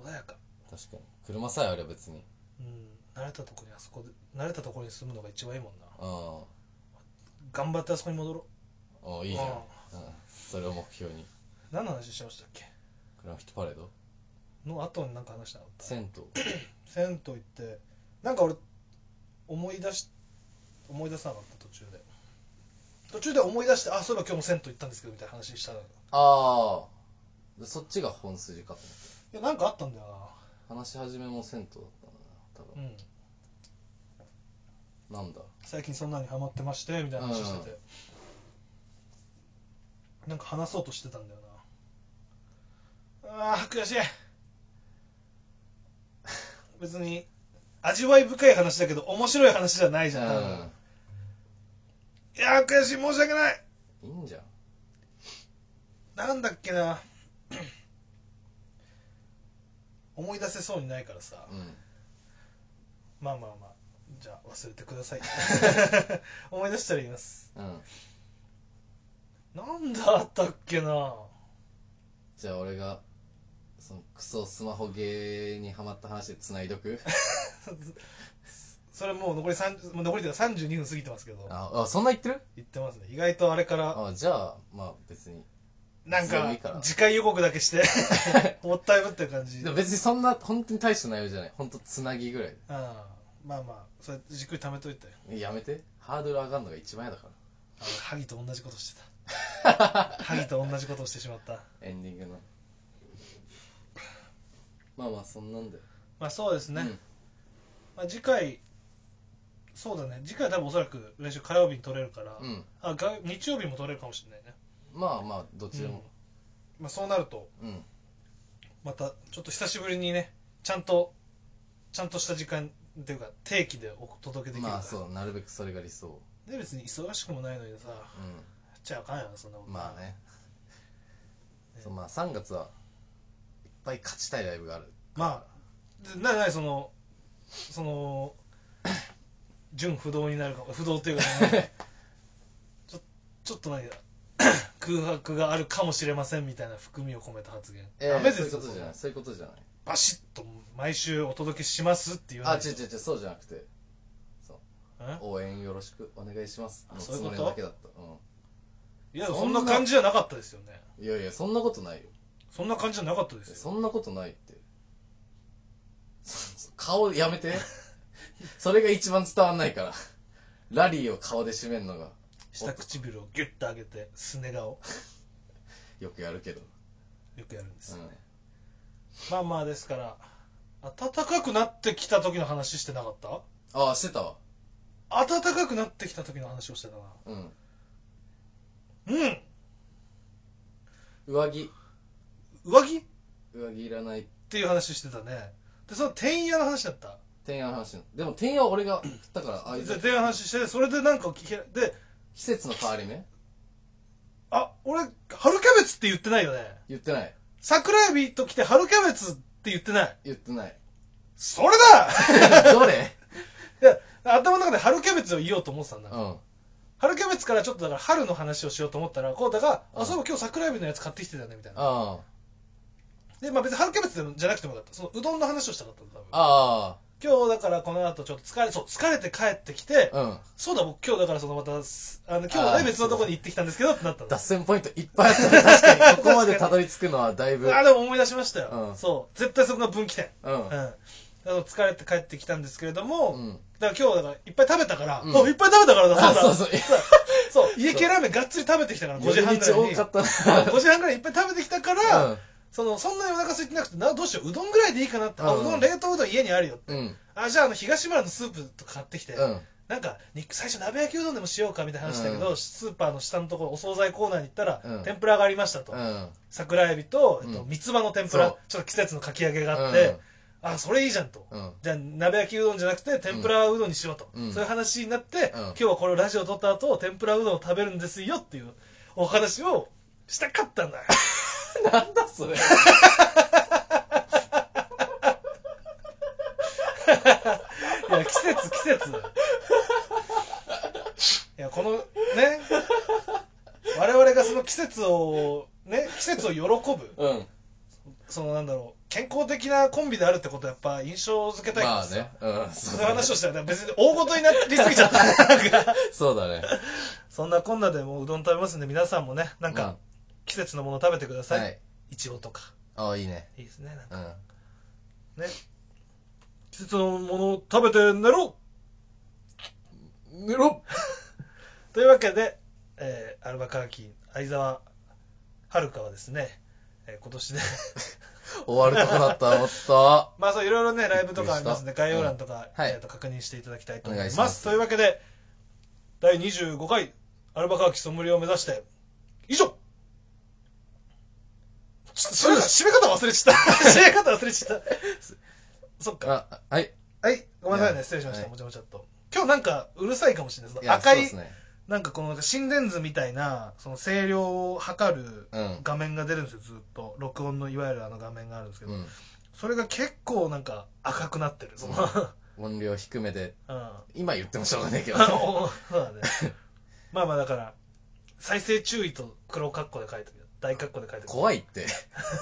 [SPEAKER 1] ん
[SPEAKER 2] 穏やか
[SPEAKER 1] 確かに車さえあれば別に
[SPEAKER 2] うん慣れたとこにあそこで慣れたところに住むのが一番いいもんな
[SPEAKER 1] うん
[SPEAKER 2] 頑張ってあそこに戻ろう
[SPEAKER 1] おいいじゃん、うん、それを目標に
[SPEAKER 2] 何の話してましたっけ
[SPEAKER 1] クラフトパレード
[SPEAKER 2] の後になんか話したの
[SPEAKER 1] 銭
[SPEAKER 2] 銭湯行ってなんか俺思い出し思い出さなかった途中で途中で思い出してあそういえば今日も銭湯行ったんですけどみたいな話したのい
[SPEAKER 1] 湯ああそっちが本筋かと思
[SPEAKER 2] やなんかあったんだよ
[SPEAKER 1] った話し始めも銭湯だったな多
[SPEAKER 2] なう
[SPEAKER 1] 分、
[SPEAKER 2] ん
[SPEAKER 1] なんだ
[SPEAKER 2] 最近そんなにハマってましてみたいな話してて、なんか話そうとしてたんだよなあー悔しい別に味わい深い話だけど面白い話じゃないじゃん多分、いやー悔しい申し訳ない
[SPEAKER 1] うんいいんじゃん
[SPEAKER 2] なんだっけな 思い出せそうにないからさ
[SPEAKER 1] うん
[SPEAKER 2] まあまあまあじゃあ忘れてくだ さい思い出したら言います
[SPEAKER 1] うん
[SPEAKER 2] なんだったっけな
[SPEAKER 1] じゃあ俺がそのクソスマホゲーにハマった話で繋いどく
[SPEAKER 2] それもう残り30もう残りというか32分過ぎてますけど
[SPEAKER 1] ああそんな言ってる
[SPEAKER 2] 言ってますね意外とあれから
[SPEAKER 1] あじゃあまあ別に
[SPEAKER 2] なん
[SPEAKER 1] それもいいか
[SPEAKER 2] から次回予告だけして もったいぶってる感じ
[SPEAKER 1] でも別にそんな本当に大した内容じゃない本当つなぎぐらい
[SPEAKER 2] うんまあまあそれじっくり貯めといて
[SPEAKER 1] でやめてハードル上がるのが一番嫌だか
[SPEAKER 2] あの萩と同じことしてた萩と同じことをしてしまった
[SPEAKER 1] らエンディングのまあまあそんなんだよ
[SPEAKER 2] まあそうですね、
[SPEAKER 1] うん
[SPEAKER 2] まあ、次回そうだね次回多分おそらく来週火曜日に撮れるから、
[SPEAKER 1] うん
[SPEAKER 2] あが日曜日も撮れるかもしれないね
[SPEAKER 1] まあまあどっちで
[SPEAKER 2] うん
[SPEAKER 1] も
[SPEAKER 2] まあ、そうなると
[SPEAKER 1] うん
[SPEAKER 2] またちょっと久しぶりにねちゃんとちゃんとした時間っていうか定期でお届けできるから、
[SPEAKER 1] まあそうなるべくそれが理想
[SPEAKER 2] で別に忙しくもないのにさや
[SPEAKER 1] う
[SPEAKER 2] っちゃあかんよなそんなこと
[SPEAKER 1] んまあね
[SPEAKER 2] ね
[SPEAKER 1] そうまあ3月はいっぱい勝ちたいライブがある
[SPEAKER 2] まあでななにそのその純不動になるかも不動っていうかその ちょちょっと何 だ空白があるかもしれませんみたいな含みを込めた発言、
[SPEAKER 1] えー
[SPEAKER 2] ダメです
[SPEAKER 1] そうい
[SPEAKER 2] よ
[SPEAKER 1] うことじゃない
[SPEAKER 2] そん
[SPEAKER 1] そういうことじゃない
[SPEAKER 2] なバシッと毎週お届けしますっていう
[SPEAKER 1] あ違う違う違うそうじゃなくて応援よろしくお願いします
[SPEAKER 2] あ
[SPEAKER 1] の
[SPEAKER 2] そういうこと
[SPEAKER 1] つもりだけだったう
[SPEAKER 2] いやそ
[SPEAKER 1] そ
[SPEAKER 2] ん
[SPEAKER 1] ん
[SPEAKER 2] な
[SPEAKER 1] な
[SPEAKER 2] 感じじゃなかったですよね
[SPEAKER 1] んいやいやそんなことないよ
[SPEAKER 2] そんな感じじゃなかったですよ
[SPEAKER 1] そんなことないってそ 顔やめ てそれが一番伝わんないからラリーを顔で締めるのが
[SPEAKER 2] 下唇をギュッと上げてすね顔
[SPEAKER 1] よくやるけど、
[SPEAKER 2] よくやるんです、
[SPEAKER 1] うん、
[SPEAKER 2] まあまあですから暖かくなってきた時の話してなかった
[SPEAKER 1] ああしてたわ
[SPEAKER 2] 暖かくなってきた時の話をしてたな
[SPEAKER 1] うん
[SPEAKER 2] うん
[SPEAKER 1] 上着
[SPEAKER 2] 上着っ
[SPEAKER 1] 上着いらない
[SPEAKER 2] ていう話してたねでその店員屋の話だった
[SPEAKER 1] てんやの話でもてんやは俺が振ったからあい
[SPEAKER 2] で
[SPEAKER 1] つ
[SPEAKER 2] 店員屋の話してそれでなんか聞けで
[SPEAKER 1] 季節の変わり目
[SPEAKER 2] あ俺春キャベツって言ってないよね
[SPEAKER 1] 言ってない
[SPEAKER 2] 桜エビと来て春キャベツって言ってない
[SPEAKER 1] 言って ない
[SPEAKER 2] それ
[SPEAKER 1] どれ
[SPEAKER 2] だ 頭の中で春キャベツを言おうと思ってたんだ、
[SPEAKER 1] うん
[SPEAKER 2] 春キャベツからちょっとだから春の話をしようと思ったらコウタが「
[SPEAKER 1] う
[SPEAKER 2] あ
[SPEAKER 1] ん
[SPEAKER 2] そういえば今日桜エビのやつ買ってきてたね」みたいな
[SPEAKER 1] あ
[SPEAKER 2] でまあ別に春キャベツでもじゃなくてもよかったそのうどんの話をしたかったんだ多分
[SPEAKER 1] ああ
[SPEAKER 2] 今日だからこの後ちょっと疲れ、そう、疲れて帰ってきて、
[SPEAKER 1] うん。
[SPEAKER 2] そうだ、僕今日だからそのまた、あの、今日は
[SPEAKER 1] あ
[SPEAKER 2] ね
[SPEAKER 1] ー
[SPEAKER 2] 別のとこに行ってきたんですけどってなったの。
[SPEAKER 1] 脱線ポイントいっぱいあったね。確かに、ここまでたどり着くのはだいぶ。
[SPEAKER 2] あ、でも思い出しましたよ。
[SPEAKER 1] うん
[SPEAKER 2] そう。絶対そこが分岐点。
[SPEAKER 1] うん。
[SPEAKER 2] うん。あの疲れて帰ってきたんですけれども、
[SPEAKER 1] うん
[SPEAKER 2] だから今日だからいっぱい食べたから、
[SPEAKER 1] うん
[SPEAKER 2] あいっぱい食べたからだ、そうだ。
[SPEAKER 1] あそうそう
[SPEAKER 2] そう家系ラーメンがっつり食べてきたから、5時半ぐらい
[SPEAKER 1] 寄り
[SPEAKER 2] に。
[SPEAKER 1] 道多かったな
[SPEAKER 2] 5時半ぐらいにいっぱい食べてきたか
[SPEAKER 1] う
[SPEAKER 2] ら
[SPEAKER 1] ん、
[SPEAKER 2] そのそんなにお腹空いてなくてなどうしよううどんぐらいでいいかなって、あ
[SPEAKER 1] うん
[SPEAKER 2] うどん冷凍うどん家にあるよ
[SPEAKER 1] うん。
[SPEAKER 2] あじゃああの東村のスープとか買ってきて、
[SPEAKER 1] うん。
[SPEAKER 2] なんか肉最初鍋焼きうどんでもしようかみたいな話だけど、
[SPEAKER 1] うん
[SPEAKER 2] スーパーの下のところお惣菜コーナーに行ったら、
[SPEAKER 1] うん
[SPEAKER 2] 天ぷらがありましたと、
[SPEAKER 1] うん。
[SPEAKER 2] 桜エビと、えっと、
[SPEAKER 1] うん
[SPEAKER 2] 三つ葉の天ぷ
[SPEAKER 1] そ
[SPEAKER 2] ら
[SPEAKER 1] う
[SPEAKER 2] ちょっと季節のかき揚げがあって、あそれいいじゃんと、
[SPEAKER 1] うん。
[SPEAKER 2] じゃあ鍋焼きうどんじゃなくて天ぷらうどんにしようと、
[SPEAKER 1] うん
[SPEAKER 2] そういう話になって、
[SPEAKER 1] うん
[SPEAKER 2] 今日はこのラジオ撮った後天ぷらうどんを食べるんですよっていうお話をしたかったんだよ
[SPEAKER 1] なんだそれ。
[SPEAKER 2] いや季節季節いやこのね我々がその季節をね季節を喜ぶ
[SPEAKER 1] うん。
[SPEAKER 2] そのなんだろう健康的なコンビであるってことをやっぱ印象づけたいから
[SPEAKER 1] まあ
[SPEAKER 2] さ、
[SPEAKER 1] ね。うん。そ
[SPEAKER 2] そうの
[SPEAKER 1] だね
[SPEAKER 2] 話をしたら別に大ごとになりすぎちゃったなん か
[SPEAKER 1] そうだね。
[SPEAKER 2] そんなこんなでもううどん食べますんで皆さんもね
[SPEAKER 1] な
[SPEAKER 2] な
[SPEAKER 1] ん
[SPEAKER 2] か、季節のもの食べてください、
[SPEAKER 1] はい。
[SPEAKER 2] いちごとか
[SPEAKER 1] ああ、いいね。
[SPEAKER 2] いいですねなんか
[SPEAKER 1] うん。
[SPEAKER 2] ね季節のものを食べて寝ろ
[SPEAKER 1] ぬろ
[SPEAKER 2] というわけで、えーアルバカーキ相沢遥はですね、えー 今年で
[SPEAKER 1] 終わるとこだった、思 った。
[SPEAKER 2] まあそういろいろねライブとかありますん
[SPEAKER 1] び
[SPEAKER 2] で
[SPEAKER 1] っくり
[SPEAKER 2] 概
[SPEAKER 1] した
[SPEAKER 2] 要欄とか、
[SPEAKER 1] うんはい
[SPEAKER 2] えーと確認していただきたいと思い
[SPEAKER 1] お
[SPEAKER 2] ま
[SPEAKER 1] 願い
[SPEAKER 2] す
[SPEAKER 1] します
[SPEAKER 2] というわけで第25回アルバカーキソムリエを目指して以上ちょっと締め締め方忘れちゃった 締め方忘れちゃったそっか
[SPEAKER 1] あ、はい。
[SPEAKER 2] はい、ごめんなさい
[SPEAKER 1] い
[SPEAKER 2] ね、
[SPEAKER 1] や
[SPEAKER 2] 失礼しました、
[SPEAKER 1] はい
[SPEAKER 2] もちゃもちゃっと。今日なんかうるさいかもしれないです。
[SPEAKER 1] や
[SPEAKER 2] 赤
[SPEAKER 1] そう
[SPEAKER 2] い、
[SPEAKER 1] ですね。
[SPEAKER 2] なんかこのなんか心電図みたいな、その声量を測る
[SPEAKER 1] うん
[SPEAKER 2] 画面が出るんですよ、ずっと。録音のいわゆるあの画面があるんですけど、
[SPEAKER 1] うん。
[SPEAKER 2] それが結構なんか赤くなってる、その。
[SPEAKER 1] 音量低めで、
[SPEAKER 2] うん。
[SPEAKER 1] 今言ってもしょうがないけど。
[SPEAKER 2] おそうだね。まあまあだから、再生注意と黒括弧で書いてる。大括弧で書いてる。
[SPEAKER 1] 怖
[SPEAKER 2] い。
[SPEAKER 1] いって。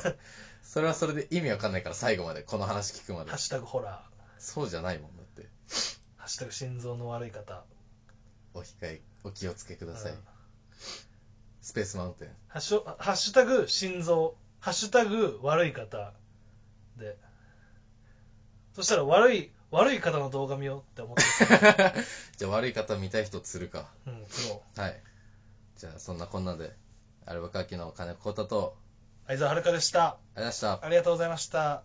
[SPEAKER 1] それはそれで意味わかんないから最後まで、この話聞くまで
[SPEAKER 2] ハッ。シュタグホラ
[SPEAKER 1] そうじゃないもんだって。
[SPEAKER 2] ー、ハッシュタグ心臓の悪い方、
[SPEAKER 1] お控え、お気をつけください
[SPEAKER 2] うん。
[SPEAKER 1] スペースマウンテン。
[SPEAKER 2] ハッシュハッシュタグ心臓、ハッシュタグ悪い方で、そしたら悪い、悪い方の動画見ようって思って、
[SPEAKER 1] じゃあ悪い方見たい人釣るか。
[SPEAKER 2] うん、そう。
[SPEAKER 1] はい。じゃあそんなこんなで、アルバカーキの金子コータと、
[SPEAKER 2] 相沢遥でした。
[SPEAKER 1] ありがとうございました。
[SPEAKER 2] ありがとうございました。